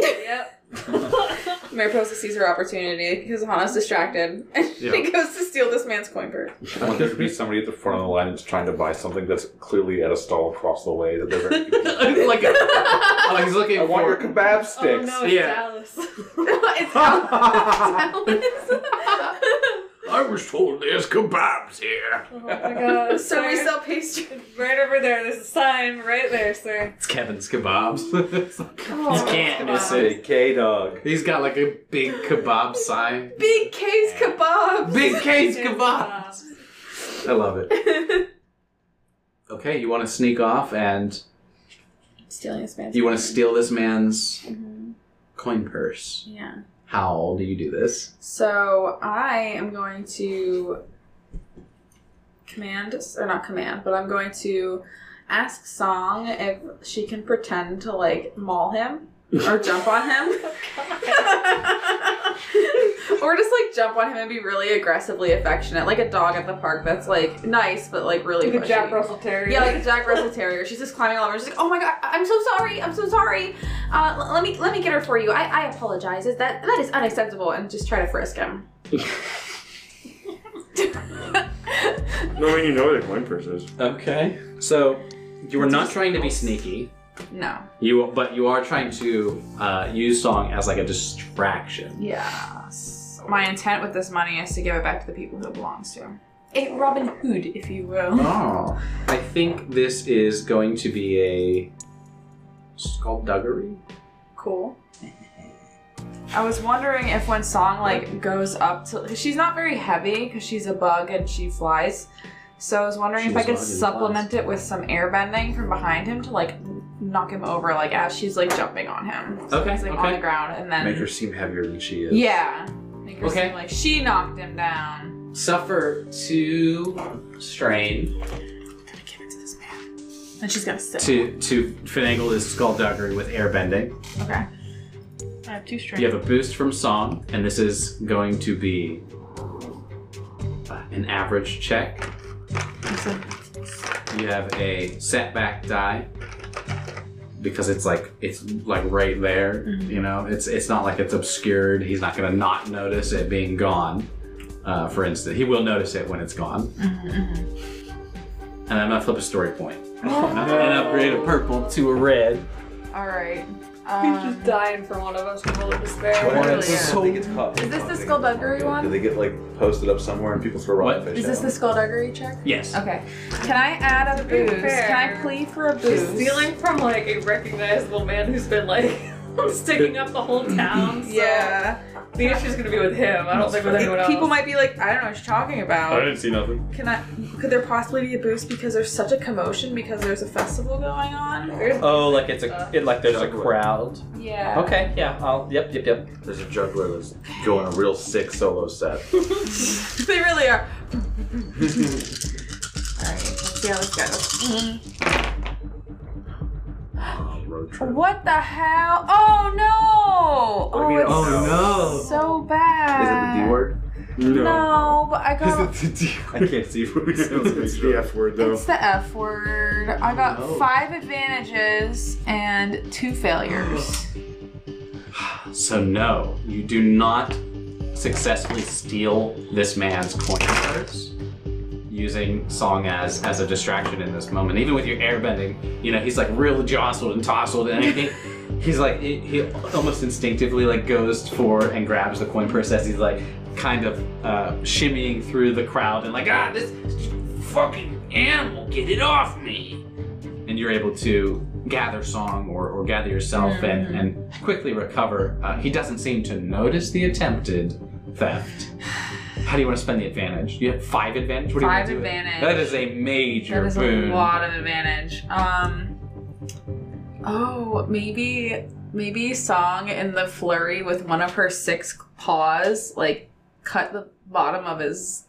Speaker 13: Yep.
Speaker 5: Mariposa sees her opportunity because Hana's distracted, and
Speaker 2: Yeah.
Speaker 5: she goes to steal this man's coin purse.
Speaker 8: I want there to be somebody at the front of the line that's trying to buy something that's clearly at a stall across the way that they're very confused.
Speaker 2: like, like he's looking
Speaker 8: I
Speaker 2: for.
Speaker 8: want your kebab
Speaker 13: Oh
Speaker 8: sticks.
Speaker 13: no, it's
Speaker 2: Yeah.
Speaker 13: Alice.
Speaker 5: it's Oh, Al- it's
Speaker 17: I was told there's kebabs here.
Speaker 13: Oh my god.
Speaker 5: Alice. so we
Speaker 13: sir.
Speaker 5: sell pastry.
Speaker 13: Right over there, there's a sign right there, sir.
Speaker 2: It's Kevin's kebabs.
Speaker 13: Oh,
Speaker 2: can't miss
Speaker 13: God.
Speaker 2: it.
Speaker 8: K dog.
Speaker 2: he's got like a big kebab sign.
Speaker 5: Big case kebabs.
Speaker 2: Big case
Speaker 13: There's
Speaker 2: kebab.
Speaker 13: kebabs.
Speaker 2: I love it. Okay, you want to sneak off and
Speaker 5: Stealing this man's.
Speaker 2: you want to steal this man's
Speaker 5: Mhm.
Speaker 2: coin purse.
Speaker 5: Yeah.
Speaker 2: How do you do this?
Speaker 5: So I am going to command, or not command, but I'm going to ask Song if she can pretend to like maul him or jump on him.
Speaker 13: Oh,
Speaker 5: or just like jump on him and be really aggressively affectionate, like a dog at the park that's like nice but like really
Speaker 13: Like a
Speaker 5: pushy.
Speaker 13: Jack Russell Terrier.
Speaker 5: Yeah, like a Jack Russell Terrier. She's just climbing all over. She's like, "Oh my god, I- I'm so sorry. I'm so sorry. Uh, l- let me let me get her for you. I, I apologize. Is that that is unacceptable?" And just try to frisk him.
Speaker 6: No, I mean, you know where the coin purse is.
Speaker 2: Okay. So you are not trying to be sneaky.
Speaker 5: no.
Speaker 2: You but you are trying to uh, use song as like a distraction.
Speaker 5: Yes. My intent with this money is to give it back to the people who it belongs to. a Robin Hood, if you will.
Speaker 2: Oh. I think this is going to be a skullduggery.
Speaker 5: Cool. I was wondering if when Song like goes up to, 'cause she's not very heavy because she's a bug and she flies. So I was wondering if I
Speaker 2: She's
Speaker 5: could
Speaker 2: bug and flies.
Speaker 5: supplement it with some airbending from behind him to like knock him over, like as she's like jumping on him. So
Speaker 2: Okay,
Speaker 5: He's like
Speaker 2: okay.
Speaker 5: on the ground and then
Speaker 2: Make her seem heavier than she is.
Speaker 5: yeah, make her
Speaker 2: Okay.
Speaker 5: seem like she knocked him down.
Speaker 2: Suffer to strain
Speaker 5: Give it to this man. And she's gonna sit.
Speaker 2: to to finagle his skullduggery with airbending.
Speaker 5: Okay. I have two strength.
Speaker 2: You have a boost from Song, and this is going to be uh, an average check. You have a setback die because it's like it's like right there. You know, it's it's not like it's obscured. He's not gonna not notice it being gone. Uh, for instance, he will notice it when it's gone. And I'm gonna flip a story point and I'm gonna upgrade a purple to a red.
Speaker 5: All right. Um,
Speaker 7: He's just dying for one of us to roll a despair.
Speaker 19: What happens
Speaker 5: yeah.
Speaker 19: if they get caught?
Speaker 5: Is this the skullduggery
Speaker 19: Do
Speaker 5: one?
Speaker 19: they get like posted up somewhere and people throw rotten
Speaker 2: What?
Speaker 19: fish
Speaker 5: Is
Speaker 19: at
Speaker 5: this
Speaker 19: them?
Speaker 5: the skullduggery check?
Speaker 2: Yes.
Speaker 5: Okay. Can I add a
Speaker 7: be
Speaker 5: boost?
Speaker 7: fair,
Speaker 5: Can I plead for a
Speaker 7: She's
Speaker 5: boost?
Speaker 7: stealing from like a recognizable man who's been like sticking up the whole town. So
Speaker 5: Yeah.
Speaker 7: The issue's gonna be with him. I don't think with anyone else.
Speaker 5: People might be like, I don't know what you're talking
Speaker 6: I
Speaker 5: about.
Speaker 6: didn't see nothing.
Speaker 5: Can I? Could there possibly be a boost because there's such a commotion because there's a festival going on?
Speaker 2: Oh, like it's a it like there's a crowd.
Speaker 5: Yeah.
Speaker 2: Okay, yeah. I'll, yep, yep, yep.
Speaker 8: There's a juggler that's going a real sick solo set.
Speaker 5: they really are. All right. Let's see how this Mm.
Speaker 8: Road trip.
Speaker 5: goes. What the hell? Oh no!
Speaker 19: do you mean,
Speaker 5: it's
Speaker 8: oh, no?
Speaker 5: So
Speaker 8: Is it
Speaker 5: bad.
Speaker 8: the D word?
Speaker 5: No, but I got.
Speaker 8: I can't see from these
Speaker 6: it's the F word though.
Speaker 5: It's the F word. I got
Speaker 8: no.
Speaker 5: five advantages and two failures.
Speaker 2: So no, you do not successfully steal this man's coin purse using song as as a distraction in this moment. Even with your airbending, you know, he's like real jostled and tousled and everything. he's like he, he almost instinctively like goes for and grabs the coin purse as he's like kind of uh, shimmying through the crowd and like ah this fucking animal get it off me and you're able to gather song or, or gather yourself and, and quickly recover uh, he doesn't seem to notice the attempted theft how do you want to spend the advantage you have five advantage what do you
Speaker 5: Five
Speaker 2: want to do with it?
Speaker 5: advantage.
Speaker 2: that is a major
Speaker 5: That is
Speaker 2: boon
Speaker 5: a lot of advantage. Um. Oh, maybe maybe Song in the flurry with one of her six paws, like cut the bottom of his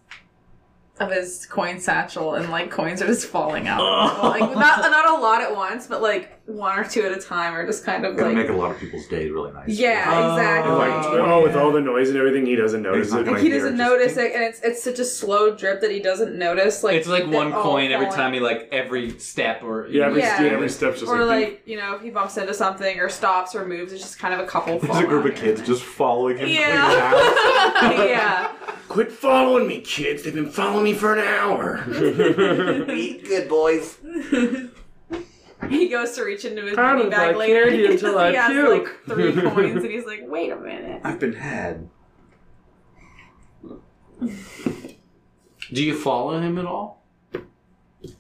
Speaker 5: of his coin satchel, and like coins are just falling out.
Speaker 2: Oh.
Speaker 5: Like not not a lot at once, but like one or two at a time, or just kind of
Speaker 8: Gonna
Speaker 5: like
Speaker 8: make a lot of people's day really nice.
Speaker 5: yeah,
Speaker 2: Oh.
Speaker 6: Like,
Speaker 5: exactly.
Speaker 6: oh, with all the noise and everything, he doesn't notice
Speaker 8: Like,
Speaker 6: it.
Speaker 5: Like
Speaker 8: Right
Speaker 5: he
Speaker 8: here,
Speaker 5: doesn't
Speaker 8: just
Speaker 5: notice it, and it's it's such a slow drip that he doesn't notice. Like oh,
Speaker 2: it's like
Speaker 5: it
Speaker 2: one
Speaker 5: all
Speaker 2: coin every
Speaker 5: falling.
Speaker 2: time he like every step or
Speaker 6: Yeah, every,
Speaker 5: Yeah.
Speaker 6: yeah. every step's just
Speaker 5: or
Speaker 6: like,
Speaker 5: like you know, if he bumps into something or stops or moves, it's just kind of a couple.
Speaker 8: There's
Speaker 5: fall
Speaker 8: a group
Speaker 5: out
Speaker 8: of kids
Speaker 5: here.
Speaker 8: just following him.
Speaker 5: Yeah. yeah.
Speaker 6: quit following me, kids. They've been following me for an hour.
Speaker 8: Eat good boys.
Speaker 5: He goes to reach into his
Speaker 6: How
Speaker 5: money
Speaker 6: did
Speaker 5: bag
Speaker 6: I
Speaker 5: later.
Speaker 6: carry you
Speaker 5: He,
Speaker 6: till I
Speaker 5: has like
Speaker 6: puke?
Speaker 5: three coins, and he's like, "Wait a minute."
Speaker 8: I've been had.
Speaker 2: do you follow him at all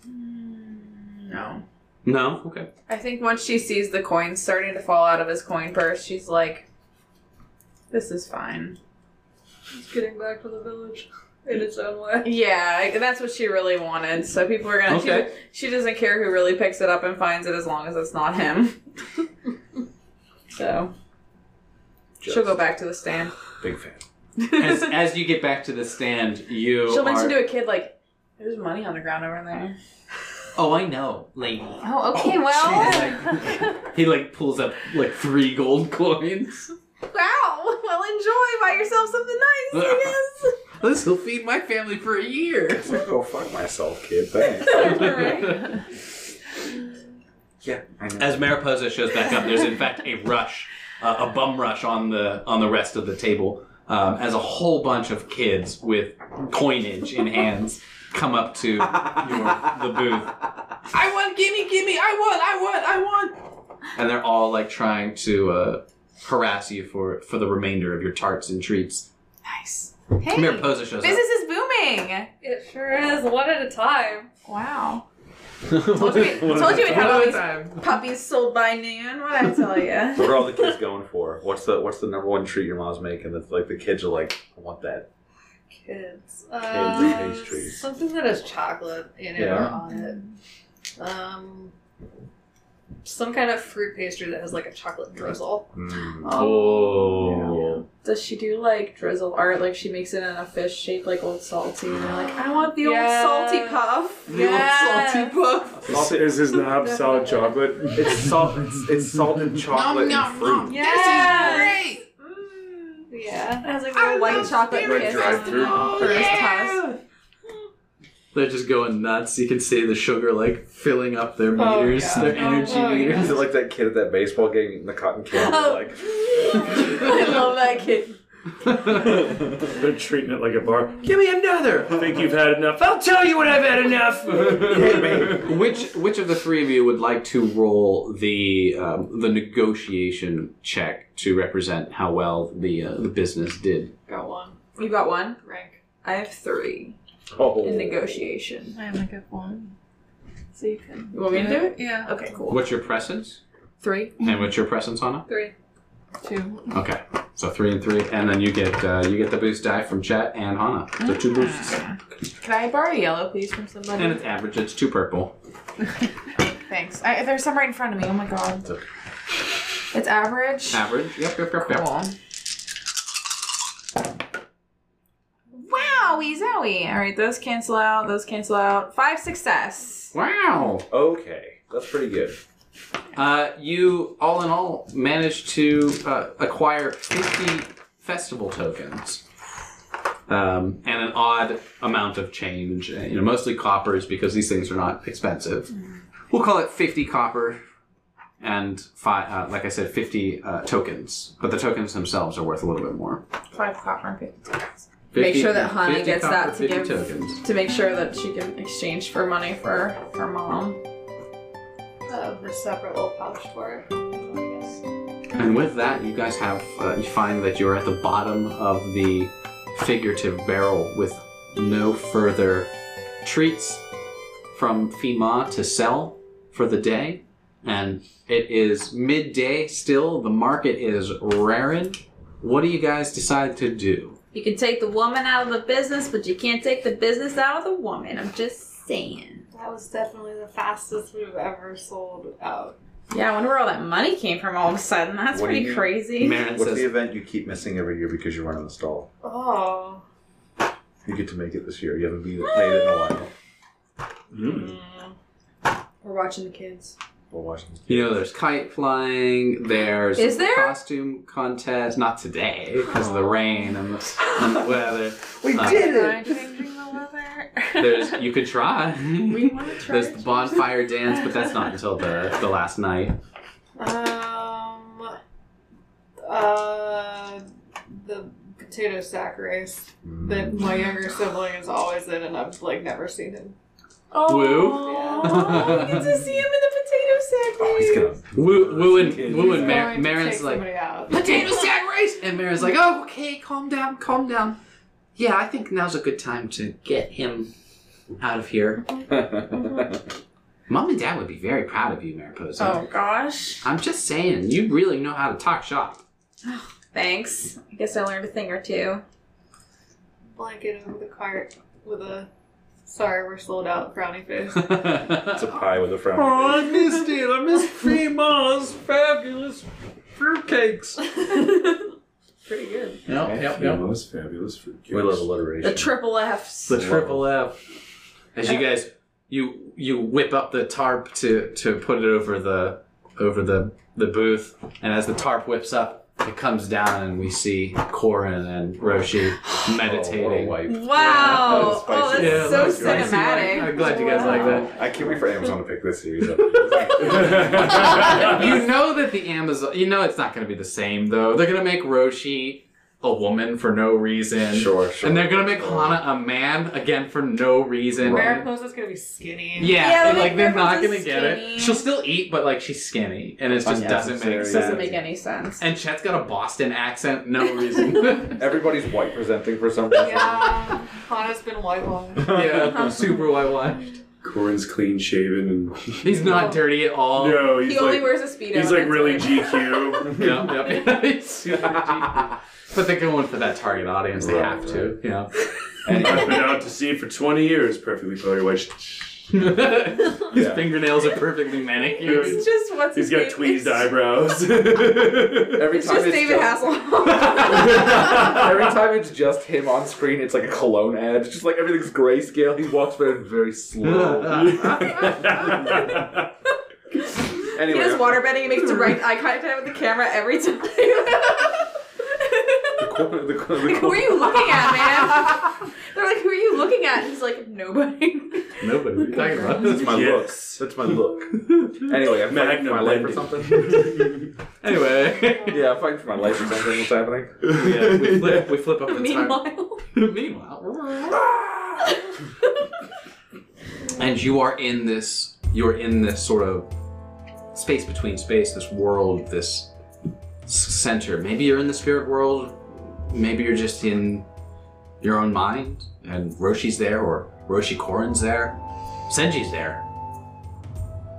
Speaker 5: No.
Speaker 2: no okay
Speaker 5: I think once she sees the coins starting to fall out of his coin purse, she's like, "This is fine."
Speaker 7: He's getting back to the village in its own way.
Speaker 5: Yeah, like, that's what she really wanted. So people are gonna.
Speaker 2: Okay.
Speaker 5: She, she doesn't care who really picks it up and finds it as long as it's not him. so she'll go back to the stand.
Speaker 8: Big fan.
Speaker 2: as, as you get back to the stand, you
Speaker 5: She'll
Speaker 2: are,
Speaker 5: mention to a kid like, "There's money on the ground over there."
Speaker 2: Oh, I know, lady.
Speaker 5: Oh, okay. well,
Speaker 2: He like pulls up like three gold coins.
Speaker 5: wow. Well, enjoy. Buy yourself something nice. I
Speaker 2: This will feed my family for a year.
Speaker 8: Go fuck myself, kid. Thanks.
Speaker 5: guess. Right?
Speaker 8: yeah, I know.
Speaker 2: As Mariposa shows back up, there's in fact a rush, uh, a bum rush on the on the rest of the table, um, as a whole bunch of kids with coinage in hands come up to your, the booth. I want, gimme, gimme! I want, I want, I want! And they're all like trying to uh, harass you for for the remainder of your tarts and treats.
Speaker 5: Nice.
Speaker 2: Mariposa shows up.
Speaker 5: Business is booming. coming.
Speaker 13: It sure is. One at a time.
Speaker 5: Wow. told you, told you we'd have all
Speaker 20: One
Speaker 5: these
Speaker 20: time.
Speaker 5: puppies sold by noon. What I tell you.
Speaker 8: What are all the kids going for? What's the what's the number one treat your mom's making? That's like the kids are like, I want that.
Speaker 7: Kids.
Speaker 8: and
Speaker 7: Uh,
Speaker 8: pastries.
Speaker 7: Something that has chocolate, you know,
Speaker 8: Yeah.
Speaker 7: on it. Um, some kind of fruit pastry that has like a chocolate drizzle.
Speaker 8: Mm.
Speaker 2: Oh.
Speaker 5: Does she do like drizzle art? Like she makes it in a fish shape, like old salty. And they're like, I want the
Speaker 7: Yes.
Speaker 5: old salty puff.
Speaker 7: The old salty
Speaker 5: puff.
Speaker 6: Is, is his knob solid chocolate?
Speaker 4: It's salt. It's, it's salted chocolate and fruit.
Speaker 20: This is
Speaker 5: Yes.
Speaker 20: great.
Speaker 7: Yeah.
Speaker 5: It has like
Speaker 20: I
Speaker 5: a white
Speaker 20: love
Speaker 5: chocolate
Speaker 20: spirit
Speaker 5: kiss
Speaker 6: drive-thru.
Speaker 13: Oh,
Speaker 5: for his
Speaker 20: Yeah.
Speaker 5: toss.
Speaker 2: They're just going nuts. You can see the sugar like filling up their
Speaker 7: Oh,
Speaker 2: meters,
Speaker 7: yeah.
Speaker 2: their energy
Speaker 7: Oh, yeah.
Speaker 2: meters.
Speaker 8: Is it like that kid at that baseball game eating the cotton candy?
Speaker 5: Oh.
Speaker 8: Like,
Speaker 5: I love that kid.
Speaker 6: They're treating it like a bar.
Speaker 2: Give me another.
Speaker 6: I think you've had enough. I'll tell you when I've had enough.
Speaker 2: Which which of the three of you would like to roll the um, the negotiation check to represent how well the uh, the business did?
Speaker 7: Got one.
Speaker 5: You got one.
Speaker 7: Rank.
Speaker 5: I have three
Speaker 8: oh.
Speaker 5: in negotiation.
Speaker 13: I'm like a one. So you can.
Speaker 5: You want me to do it?
Speaker 13: Yeah.
Speaker 5: Okay, cool.
Speaker 2: What's your presence?
Speaker 5: Three,
Speaker 2: And what's your presence, Anna?
Speaker 7: Three.
Speaker 13: Two.
Speaker 2: Okay, so three and three, and then you get uh, you get the boost die from Chet and Hana. So two boosts,
Speaker 13: Ah. Can I borrow yellow, please, from somebody?
Speaker 2: and it's average. It's two purple.
Speaker 13: Thanks. I, there's some right in front of me. Oh my god. It's average.
Speaker 2: Average. Yep, yep, yep, yep.
Speaker 13: Cool.
Speaker 5: Wowie zowie. All right, those cancel out. Those cancel out. Five success.
Speaker 2: Wow.
Speaker 8: Okay, that's pretty good.
Speaker 2: Uh, you all in all managed to uh, acquire 50 festival tokens um, and an odd amount of change uh, you know mostly coppers because these things are not expensive we'll call it 50 copper and five uh, like i said 50 uh, tokens but the tokens themselves are worth a little bit more
Speaker 13: Five copper and fifty.
Speaker 5: Make
Speaker 2: 50
Speaker 5: sure that Hani
Speaker 2: 50
Speaker 5: gets
Speaker 2: copper,
Speaker 5: that to
Speaker 2: 50
Speaker 5: give-
Speaker 2: tokens
Speaker 5: To make sure that she can exchange for money for her mom.
Speaker 7: Uh, the separate little pouch for it. I guess.
Speaker 2: And with that, you guys have uh, you find that you're at the bottom of the figurative barrel with no further treats from Fima to sell for the day, and it is midday still. The market is raring. What do you guys decide to do?
Speaker 5: You can take the woman out of the business, but you can't take the business out of the woman. I'm just saying.
Speaker 7: That was definitely the fastest we've ever sold out.
Speaker 5: Yeah, I wonder where all that money came from all of a sudden. That's
Speaker 8: What do
Speaker 5: pretty
Speaker 8: you-
Speaker 5: crazy.
Speaker 2: Marin
Speaker 8: What's the
Speaker 2: says,
Speaker 8: event you keep missing every year because you're running the stall?
Speaker 7: Oh.
Speaker 8: You get to make it this year. You haven't been- made it in a while.
Speaker 6: Mm.
Speaker 7: Mm.
Speaker 5: We're watching the kids.
Speaker 8: We're watching.
Speaker 2: you know, there's kite flying. There's
Speaker 5: Is there?
Speaker 2: costume contest. Not today because of the rain and the, and the weather.
Speaker 8: We
Speaker 2: Uh,
Speaker 8: did
Speaker 13: Am I
Speaker 8: it!
Speaker 13: changing the weather?
Speaker 2: There's you could try.
Speaker 13: We want to try.
Speaker 2: There's the bonfire dance, but that's not until the, the last night.
Speaker 7: Um. Uh. The potato sack race that my younger sibling is always in, and I've like never seen him.
Speaker 5: Oh,
Speaker 2: Woo.
Speaker 5: you get to see him
Speaker 8: Oh,
Speaker 5: in the
Speaker 8: he's
Speaker 5: potato
Speaker 8: gonna.
Speaker 2: Woo, woo and woo and
Speaker 7: He's
Speaker 2: Mar-
Speaker 7: going to
Speaker 2: Marin's
Speaker 7: take
Speaker 2: like
Speaker 7: somebody out.
Speaker 20: Potato sack rice.
Speaker 2: and Marin's like,
Speaker 20: Like, oh, okay, calm down, calm down. Yeah, I think now's a good time to get him out of here.
Speaker 2: Mom and Dad would be very proud of you, Mariposa.
Speaker 5: sack. Oh gosh.
Speaker 2: I'm just saying, you really know how to talk shop.
Speaker 5: Thanks. I guess I learned a thing or two.
Speaker 7: Blanket over the cart with a sorry we're sold out frowny face.
Speaker 8: It's
Speaker 2: oh,
Speaker 8: a pie with a frown.
Speaker 2: missed it. I missed Fremont's fabulous fruitcakes.
Speaker 5: Pretty good.
Speaker 20: Yep, yep, yep.
Speaker 6: Fabulous, fabulous fruitcakes.
Speaker 8: We love
Speaker 5: The
Speaker 8: alliteration.
Speaker 5: triple F's.
Speaker 2: The triple F. As you guys, you you whip up the tarp to to put it over the over the the booth, and as the tarp whips up, it comes down, and we see Corin and Roshi meditating.
Speaker 8: Oh, what a wipe.
Speaker 5: Wow.
Speaker 8: Yeah,
Speaker 5: oh, that's
Speaker 8: spicy.
Speaker 2: Yeah,
Speaker 5: so
Speaker 2: that's great.
Speaker 5: cinematic.
Speaker 2: I'm glad you guys like that.
Speaker 8: I can't wait for Amazon to pick this series up.
Speaker 2: you know that the Amazon, you know it's not going to be the same though. They're going to make Roshi a woman for no reason.
Speaker 8: sure, sure.
Speaker 2: And they're gonna make
Speaker 8: sure.
Speaker 2: Hana a man again for no reason.
Speaker 7: Mariposa's gonna be skinny.
Speaker 2: Yeah,
Speaker 5: Yeah,
Speaker 2: and,
Speaker 5: like,
Speaker 2: like they're
Speaker 5: Grandma's
Speaker 2: not gonna
Speaker 5: just
Speaker 2: get
Speaker 5: skinny.
Speaker 2: it. She'll still eat, but like she's skinny, and it just doesn't make
Speaker 8: Unnecessary.
Speaker 2: sense.
Speaker 5: Doesn't make any sense.
Speaker 2: And Chet's got a Boston accent, no reason.
Speaker 8: Everybody's white presenting for some reason.
Speaker 7: Yeah. Hana's been whitewashed.
Speaker 2: yeah, super whitewashed.
Speaker 21: Corin's clean shaven and
Speaker 2: He's not dirty at all.
Speaker 21: no, he's
Speaker 5: he only
Speaker 21: like,
Speaker 5: wears a speedo.
Speaker 21: he's like
Speaker 5: that's
Speaker 21: really
Speaker 5: it.
Speaker 21: GQ.
Speaker 2: yeah, yeah. He's super cheap. but they're going for that target audience. They have to. Yeah.
Speaker 21: I've been out to sea for 20 years, perfectly body washed.
Speaker 2: His fingernails are perfectly manicured.
Speaker 5: It's just what's
Speaker 21: He's
Speaker 5: his
Speaker 21: got
Speaker 5: name?
Speaker 21: tweezed
Speaker 5: It's-
Speaker 21: eyebrows.
Speaker 22: Every
Speaker 5: It's
Speaker 22: time
Speaker 5: just
Speaker 22: it's
Speaker 5: David
Speaker 22: just,
Speaker 5: Hasselhoff.
Speaker 22: every time it's just him on screen, it's like a cologne ad. It's just like everything's grayscale. He walks very very slow.
Speaker 5: he
Speaker 22: anyway,
Speaker 5: does waterbending and makes direct eye contact with the camera every time.
Speaker 22: the cor- the cor- the
Speaker 5: like, who
Speaker 22: cor-
Speaker 5: are you looking at, man? They're like, who are you looking at? And he's like, nobody.
Speaker 2: Nobody. What are you talking about?
Speaker 22: That's my
Speaker 21: Yes.
Speaker 22: look. That's my look. Anyway, I'm fighting for my life or something.
Speaker 2: Anyway.
Speaker 22: yeah, I'm fighting for my life or something. What's happening?
Speaker 2: Yeah, we flip, we flip up the time.
Speaker 5: Meanwhile,
Speaker 2: Meanwhile. and you are in this you're in this sort of space between space, this world, this s- center. Maybe you're in the spirit world, maybe you're just in your own mind, and Roshi's there, or Roshi Korin's there, Senji's there.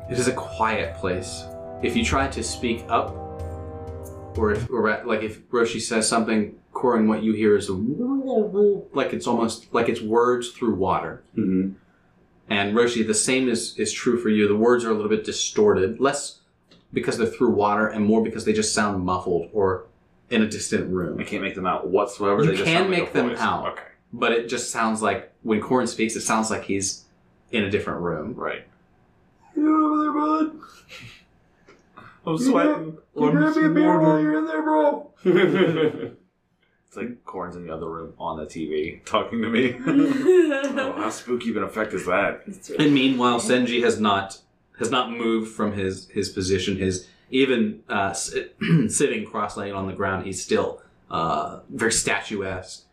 Speaker 2: It is a quiet place. If you try to speak up, or if or ra- like if Roshi says something, Korin, what you hear is a like it's almost like it's words through water.
Speaker 21: hmm
Speaker 2: And Roshi, the same is, is true for you. The words are a little bit distorted, less because they're through water and more because they just sound muffled or in a distant
Speaker 8: I
Speaker 2: room.
Speaker 8: can't make them out whatsoever.
Speaker 2: You
Speaker 8: they just
Speaker 2: can
Speaker 8: sound like
Speaker 2: make
Speaker 8: a
Speaker 2: them
Speaker 8: voice.
Speaker 2: out.
Speaker 8: Okay,
Speaker 2: But it just sounds like when Corin speaks, it sounds like he's in a different room.
Speaker 8: right.
Speaker 22: You over there, bud?
Speaker 8: I'm
Speaker 22: You grab me a beer while you're in there, bro.
Speaker 6: Mm-hmm.
Speaker 8: It's like Corn's in the other room on the TV talking to me. oh, how spooky of an effect is that?
Speaker 2: And meanwhile, Senji has not has not moved from his his position. His even uh, sit, sitting cross-legged on the ground, he's still uh, very statuesque.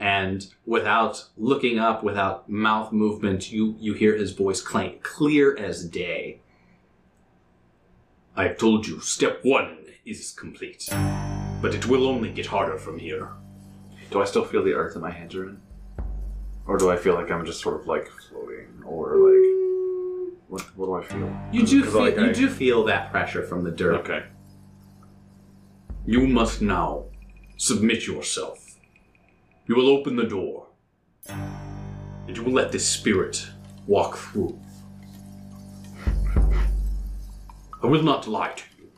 Speaker 2: And without looking up, without mouth movement, you you hear his voice clank, clear as day.
Speaker 6: I told you, step one is complete. But it will only get harder from here.
Speaker 8: Do I still feel the earth that my hands are in? Or do I feel like I'm just sort of like floating? Or like. What, what do I feel?
Speaker 2: You do
Speaker 8: 'Cause,
Speaker 2: feel,
Speaker 8: like, I-
Speaker 2: you do feel that pressure from the dirt.
Speaker 6: Okay. You must now submit yourself. You will open the door. And you will let this spirit walk through. I will not lie to you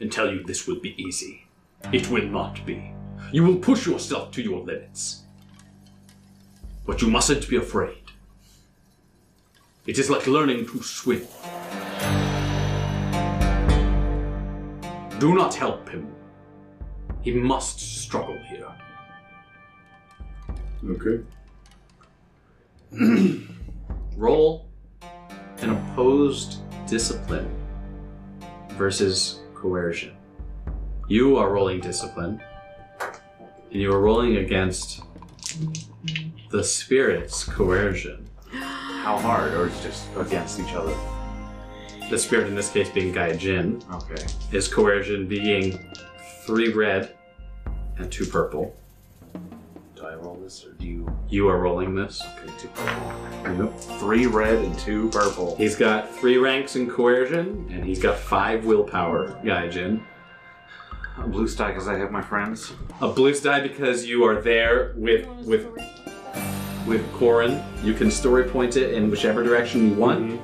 Speaker 6: and tell you this will be easy. It will not be. You will push yourself to your limits. But you mustn't be afraid. It is like learning to swim. Do not help him. He must struggle here.
Speaker 21: Okay.
Speaker 2: Roll an opposed discipline versus coercion. You are rolling discipline, and you are rolling against the spirit's coercion.
Speaker 8: How hard? Or it's just against each other?
Speaker 2: The spirit, in this case, being Gaijin,
Speaker 8: Okay.
Speaker 2: is coercion being three red and two purple.
Speaker 8: Do I roll this or do you.
Speaker 2: You are rolling this.
Speaker 8: Okay, two purple. Three red and two purple.
Speaker 2: He's got three ranks in coercion, and he's got five willpower, Gaijin.
Speaker 8: A blue sky because I have my friends.
Speaker 2: A blue die because you are there with with with Corin. You can story point it in whichever direction you want.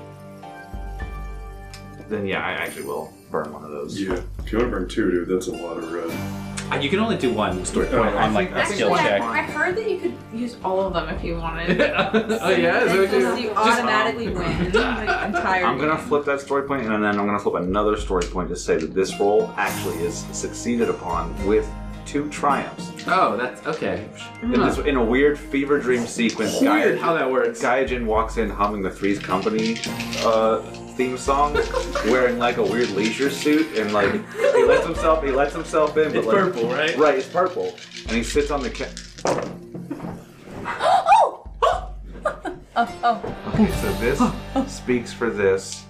Speaker 8: Then yeah, I actually will burn one of those.
Speaker 21: Yeah. If you want to burn two, dude, that's a lot of red.
Speaker 8: Mm-hmm.
Speaker 2: Uh, You can only do one story point
Speaker 21: Oh, I
Speaker 2: on like a
Speaker 23: Actually,
Speaker 2: skill
Speaker 23: I,
Speaker 2: check.
Speaker 23: I heard that you could use all of them if you wanted.
Speaker 2: oh yeah, is that what you-
Speaker 5: because you automatically win. Like, I'm tired.
Speaker 8: I'm gonna flip that story point, and then I'm gonna flip another story point to say that this roll actually is succeeded upon with two triumphs.
Speaker 2: Oh, that's okay.
Speaker 8: In, this, in a weird fever dream sequence,
Speaker 2: Hmm. Weird
Speaker 8: Gaijin,
Speaker 2: how that works.
Speaker 8: Gaijin walks in humming the Three's Company uh, theme song, wearing like a weird leisure suit, and like he lets himself he lets himself in, but
Speaker 2: It's
Speaker 8: like
Speaker 2: purple, right?
Speaker 8: right, it's purple, and he sits on the ca-
Speaker 23: oh!
Speaker 8: Okay, so this speaks for this.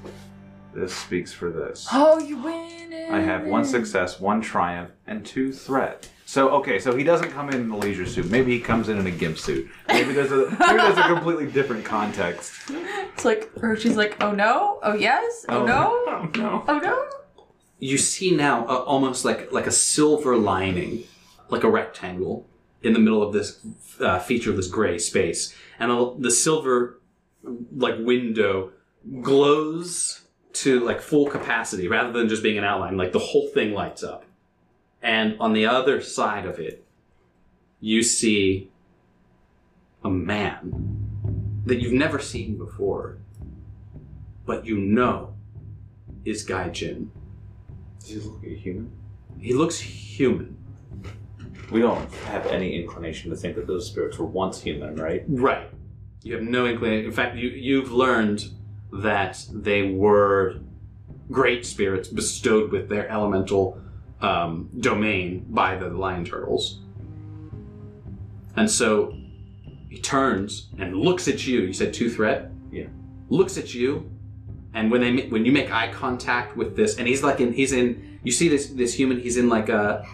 Speaker 8: This speaks for this.
Speaker 23: Oh, you win it.
Speaker 8: I have one success, one triumph, and two threat. So okay, so he doesn't come in in a leisure suit. Maybe he comes in in a gimp suit. Maybe there's a maybe there's a completely different context.
Speaker 5: It's like, or she's like, oh no, oh yes, oh,
Speaker 2: Oh,
Speaker 5: no,
Speaker 2: oh no,
Speaker 5: oh no.
Speaker 2: you see now uh, almost like like a silver lining, like a rectangle in the middle of this uh, feature of this gray space, and a, the silver like window glows to like full capacity rather than just being an outline. Like the whole thing lights up, and on the other side of it, you see a man that you've never seen before, but you know is Guy Jin.
Speaker 8: Does he look human?
Speaker 2: He looks human.
Speaker 8: We don't have any inclination to think that those spirits were once human, right?
Speaker 2: Right. You have no inclination. In fact, you, you've learned that they were great spirits bestowed with their elemental um, domain by the lion turtles. And so he turns and looks at you. You said two threat?
Speaker 8: Yeah.
Speaker 2: Looks at you, and when they ma- when you make eye contact with this, and he's like in he's in you see this this human he's in like a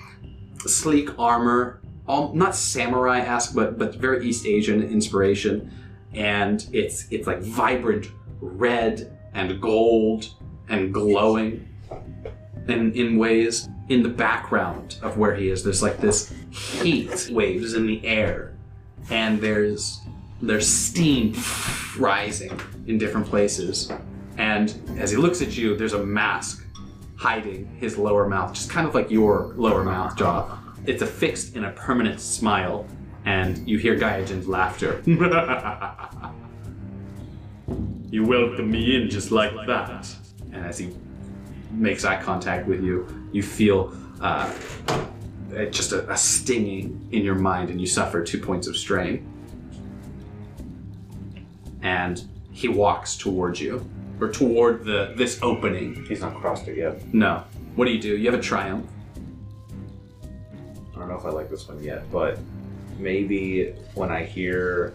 Speaker 2: sleek armor, all, not samurai esque, but but very East Asian inspiration, and it's it's like vibrant red and gold and glowing, and in ways in the background of where he is, there's like this heat waves in the air, and there's there's steam rising in different places, and as he looks at you, there's a mask hiding his lower mouth, just kind of like your lower mouth jaw. It's affixed in a permanent smile, and you hear Gaijin's laughter. you welcome me in just like that. And as he makes eye contact with you, you feel uh, uh, just a, a stinging in your mind, and you suffer two points of strain. And he walks towards you, or toward the this opening.
Speaker 8: He's not crossed it yet.
Speaker 2: No. What do you do? You have a triumph.
Speaker 8: I don't know if I like this one yet, but maybe when I hear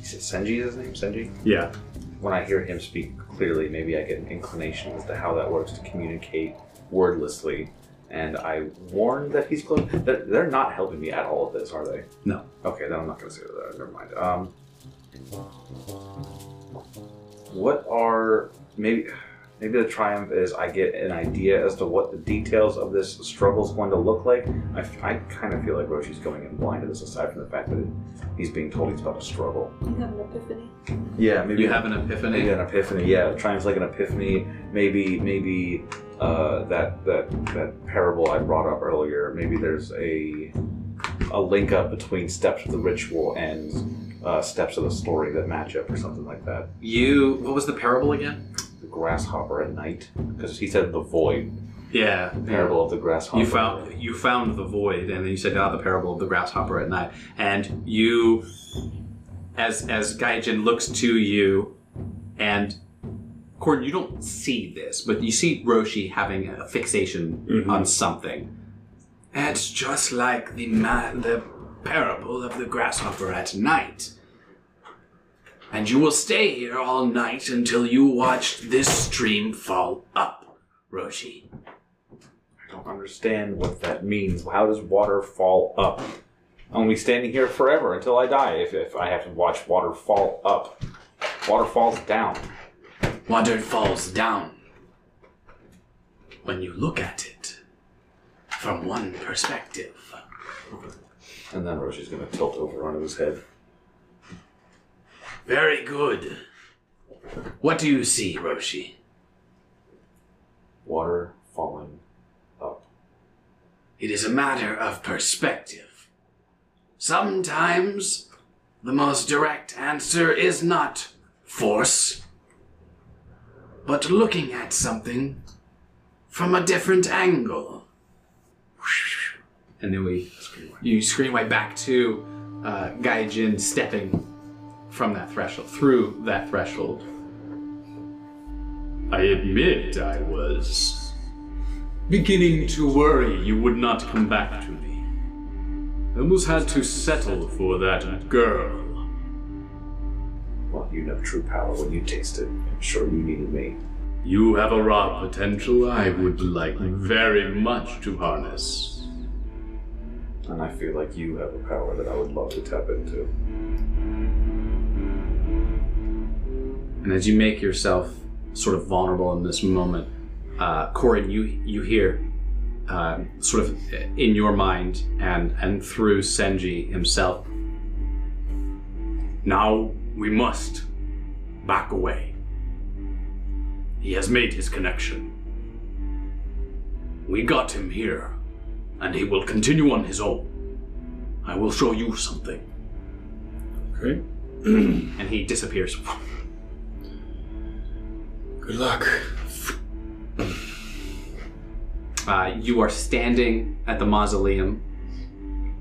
Speaker 8: is it Senji his name? Senji?
Speaker 2: Yeah.
Speaker 8: When I hear him speak clearly, maybe I get an inclination as to how that works to communicate wordlessly. And I warn that he's close. They're, they're not helping me at all with this, are they?
Speaker 2: No.
Speaker 8: Okay, then I'm not going to say that. Never mind. Um, what are maybe maybe the triumph is I get an idea as to what the details of this struggle is going to look like. I, kind of feel like Roshi's going in blind to this, aside from the fact that he's being told he's about to struggle.
Speaker 13: You have an epiphany.
Speaker 8: Yeah, maybe
Speaker 2: You have an epiphany?
Speaker 8: Maybe an epiphany. Yeah, triumph's like an epiphany. Maybe maybe uh, that that that parable I brought up earlier. Maybe there's a a link up between steps of the ritual and uh, steps of the story that match up or something like that.
Speaker 2: You. What was the parable again?
Speaker 8: The grasshopper at night, because he said the void.
Speaker 2: Yeah.
Speaker 8: Parable of the grasshopper.
Speaker 2: You found you found the void, and then you said, "Ah, the parable of the grasshopper at night." And you, as as Gaijin looks to you, and Corden, you don't see this, but you see Roshi having a fixation on something. It's just like the ma- the parable of the grasshopper at night. And you will stay here all night until you watch this stream fall up, Roshi.
Speaker 8: I don't understand what that means. How does water fall up? I'm gonna be standing here forever until I die if, if I have to watch water fall up. Water falls down.
Speaker 2: Water falls down. When you look at it from one perspective.
Speaker 8: And then Roshi's gonna tilt over onto his head.
Speaker 2: Very good. What do you see, Roshi?
Speaker 8: Water falling up.
Speaker 2: It is a matter of perspective. Sometimes the most direct answer is not force, but looking at something from a different angle. And then we you screen way back to uh, Gaijin stepping from that threshold, through that threshold. I admit I was beginning to worry you would not come back to me. I almost had to settle for that girl.
Speaker 8: Well, you know true power when you taste it. I'm sure you needed me.
Speaker 24: You have a raw potential I would like very much to harness.
Speaker 25: And I feel like you have a power that I would love to tap into.
Speaker 2: And as you make yourself sort of vulnerable in this moment, uh, Corin, you you hear uh, sort of in your mind and and through Senji himself.
Speaker 6: Now we must back away. He has made his connection. We got him here, and he will continue on his own. I will show you something.
Speaker 2: Okay. and he disappears.
Speaker 6: Good luck.
Speaker 2: Uh, you are standing at the mausoleum,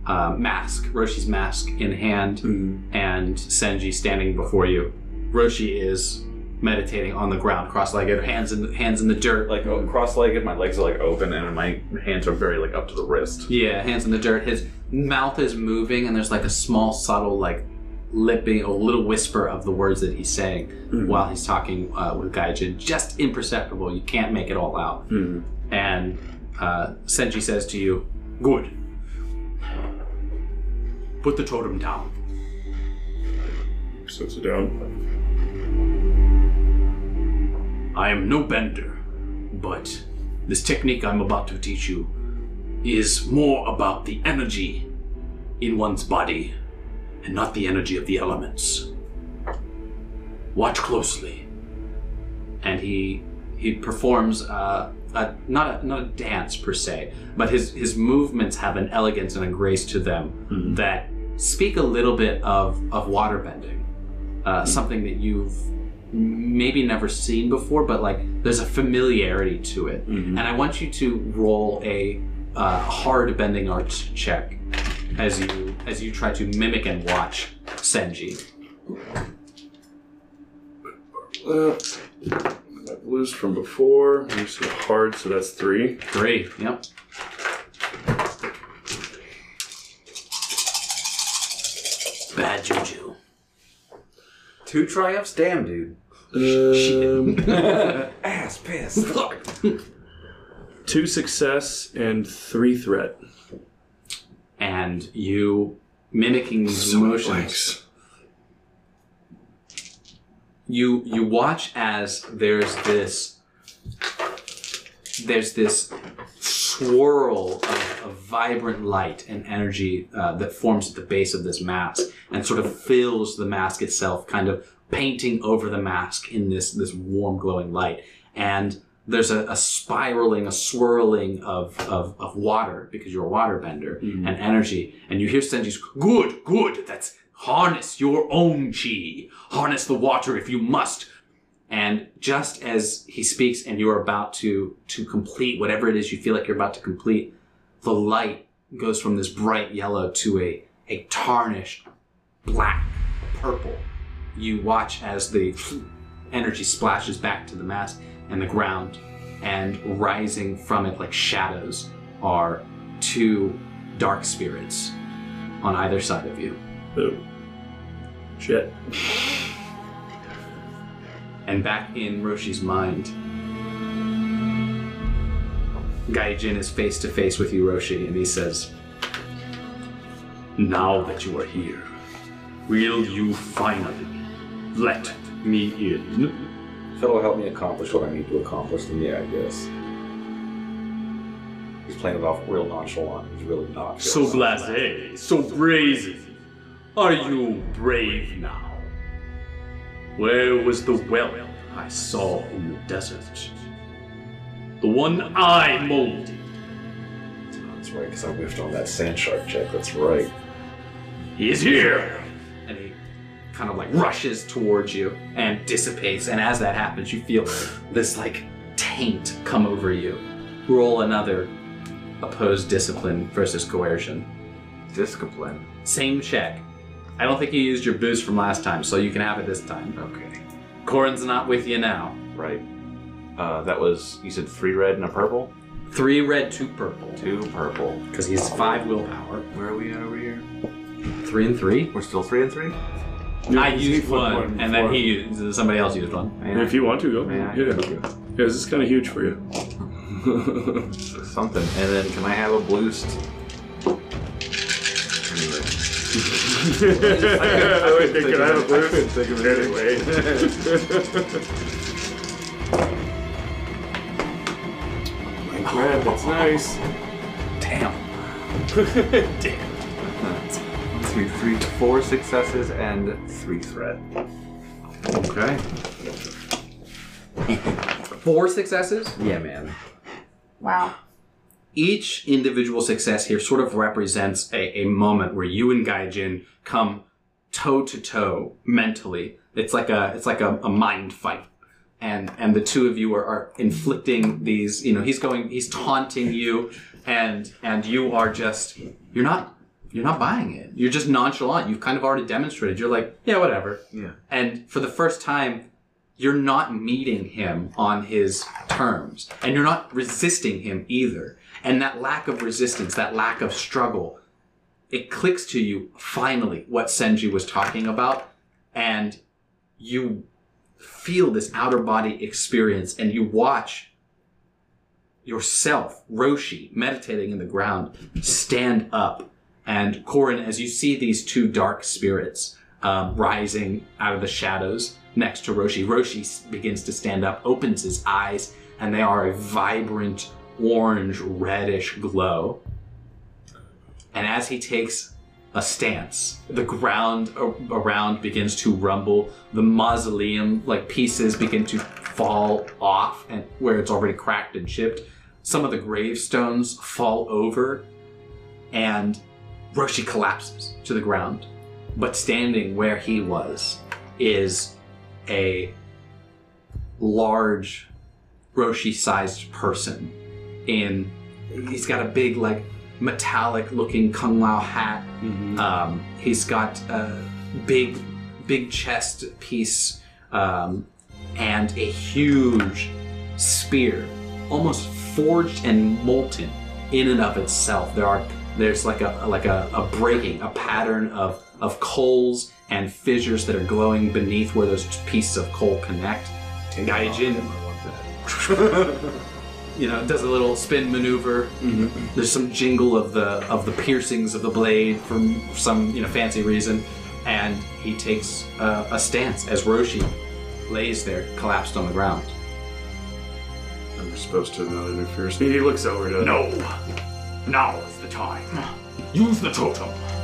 Speaker 2: uh, mask, Roshi's mask in hand,
Speaker 6: Mm-hmm.
Speaker 2: and Senji standing before you. Roshi is meditating on the ground, cross-legged, hands in the, hands in the dirt.
Speaker 8: Like oh, cross-legged, my legs are like open, and my hands are very like up to the wrist.
Speaker 2: Yeah, hands in the dirt. His mouth is moving, and there's like a small, subtle, like lipping, a little whisper of the words that he's saying while he's talking uh, with Gaijin. Just imperceptible. You can't make it all out. And uh, Senji says to you,
Speaker 6: Good. Put the totem down.
Speaker 26: Sets it down.
Speaker 6: I am no bender, but this technique I'm about to teach you is more about the energy in one's body and not the energy of the elements. Watch closely.
Speaker 2: and he he performs uh, a not a not a dance per se, but his his movements have an elegance and a grace to them that speak a little bit of of water bending, uh, something that you've maybe never seen before, but like there's a familiarity to it. And I want you to roll a uh, hard bending arts check as you as you try to mimic and watch Senji.
Speaker 26: Uh, I blues from before. I'm just gonna hard, so that's three.
Speaker 2: Three, yep. Bad juju.
Speaker 8: Two triumphs, damn, dude.
Speaker 26: Um,
Speaker 27: Ass piss. Fuck.
Speaker 26: Two success and three threat.
Speaker 2: And you mimicking these motions. You you watch as there's this there's this swirl of, of vibrant light and energy uh, that forms at the base of this mask and sort of fills the mask itself, kind of painting over the mask in this this warm glowing light. And there's a, a spiraling, a swirling of, of, of water because you're a waterbender
Speaker 6: Mm-hmm.
Speaker 2: and energy. And you hear Senji's
Speaker 6: Good, good. That's harness your own chi. Harness the water if you must.
Speaker 2: and just as he speaks and you're about to to complete whatever it is you feel like you're about to complete the light goes from this bright yellow to a a tarnished black purple you watch as the energy splashes back to the mask and the ground and rising from it like shadows are two dark spirits on either side of you
Speaker 26: Shit.
Speaker 2: and back in Roshi's mind. Gaijin is face to face with you, Roshi, and he says,
Speaker 6: Now that you are here, will you finally let me in?
Speaker 8: That'll help me accomplish what I need to accomplish, then yeah, I guess. He's playing it off real nonchalant. He's really not.
Speaker 6: So blasé, so brazen. Are you brave now? Where was the well I saw in the desert? The one I molded.
Speaker 8: That's right, because I whiffed on that sand shark check. That's right.
Speaker 6: He is here.
Speaker 2: and he kind of like rushes towards you and dissipates. And as that happens, you feel this like taint come over you. Roll another opposed discipline versus coercion.
Speaker 8: Discipline.
Speaker 2: Same check. I don't think you used your boost from last time, so you can have it this time.
Speaker 8: Okay.
Speaker 2: Corin's not with you now.
Speaker 8: Right. Uh, that was you said three red and a purple.
Speaker 2: Three red, two purple.
Speaker 8: Two purple.
Speaker 2: Because he's five willpower.
Speaker 8: Where are we at over here?
Speaker 2: Three and three.
Speaker 8: We're still three and three.
Speaker 2: I used one, and then he used, somebody else used one.
Speaker 8: Man,
Speaker 26: If you want to, go.
Speaker 8: man, I
Speaker 26: yeah.
Speaker 8: thank you.
Speaker 26: Yeah, this is kind of huge for you.
Speaker 8: something. And then can I have a boost?
Speaker 6: I wish they could have a blue. Anyway. My God, that's nice.
Speaker 8: Damn. Damn. One, two, three, four successes and three threat. Okay.
Speaker 2: Four successes? Yeah, man.
Speaker 13: Wow.
Speaker 2: Each individual success here sort of represents a, a moment where you and Gaijin come toe to toe mentally. It's like a it's like a, a mind fight. And and the two of you are, are inflicting these, you know, he's going he's taunting you and and you are just you're not you're not buying it. You're just nonchalant. You've kind of already demonstrated. You're like, yeah, whatever.
Speaker 8: Yeah.
Speaker 2: And for the first time, you're not meeting him on his terms. And you're not resisting him either. And that lack of resistance, that lack of struggle, it clicks to you finally what Senji was talking about. And you feel this outer body experience and you watch yourself, Roshi, meditating in the ground, stand up. And Korin, as you see these two dark spirits um, rising out of the shadows next to Roshi, Roshi s- begins to stand up, opens his eyes, and they are a vibrant orange reddish glow. And as he takes a stance, the ground a- around begins to rumble. The mausoleum, like pieces, begin to fall off, and where it's already cracked and chipped. Some of the gravestones fall over, and Roshi collapses to the ground. But standing where he was is a large Roshi sized person in he's got a big like metallic looking Kung Lao hat.
Speaker 6: Mm-hmm.
Speaker 2: Um, he's got a big big chest piece um, and a huge spear, almost forged and molten in and of itself. There are there's like a like a, a breaking, a pattern of of coals and fissures that are glowing beneath where those pieces of coal connect. Gaijin, you know, does a little spin maneuver. There's some jingle of the of the piercings of the blade for some you know fancy reason, and he takes uh, a stance as Roshi lays there collapsed on the ground.
Speaker 6: I'm supposed to not interfere. He looks over to.
Speaker 28: No. Now is the time. Use the totem.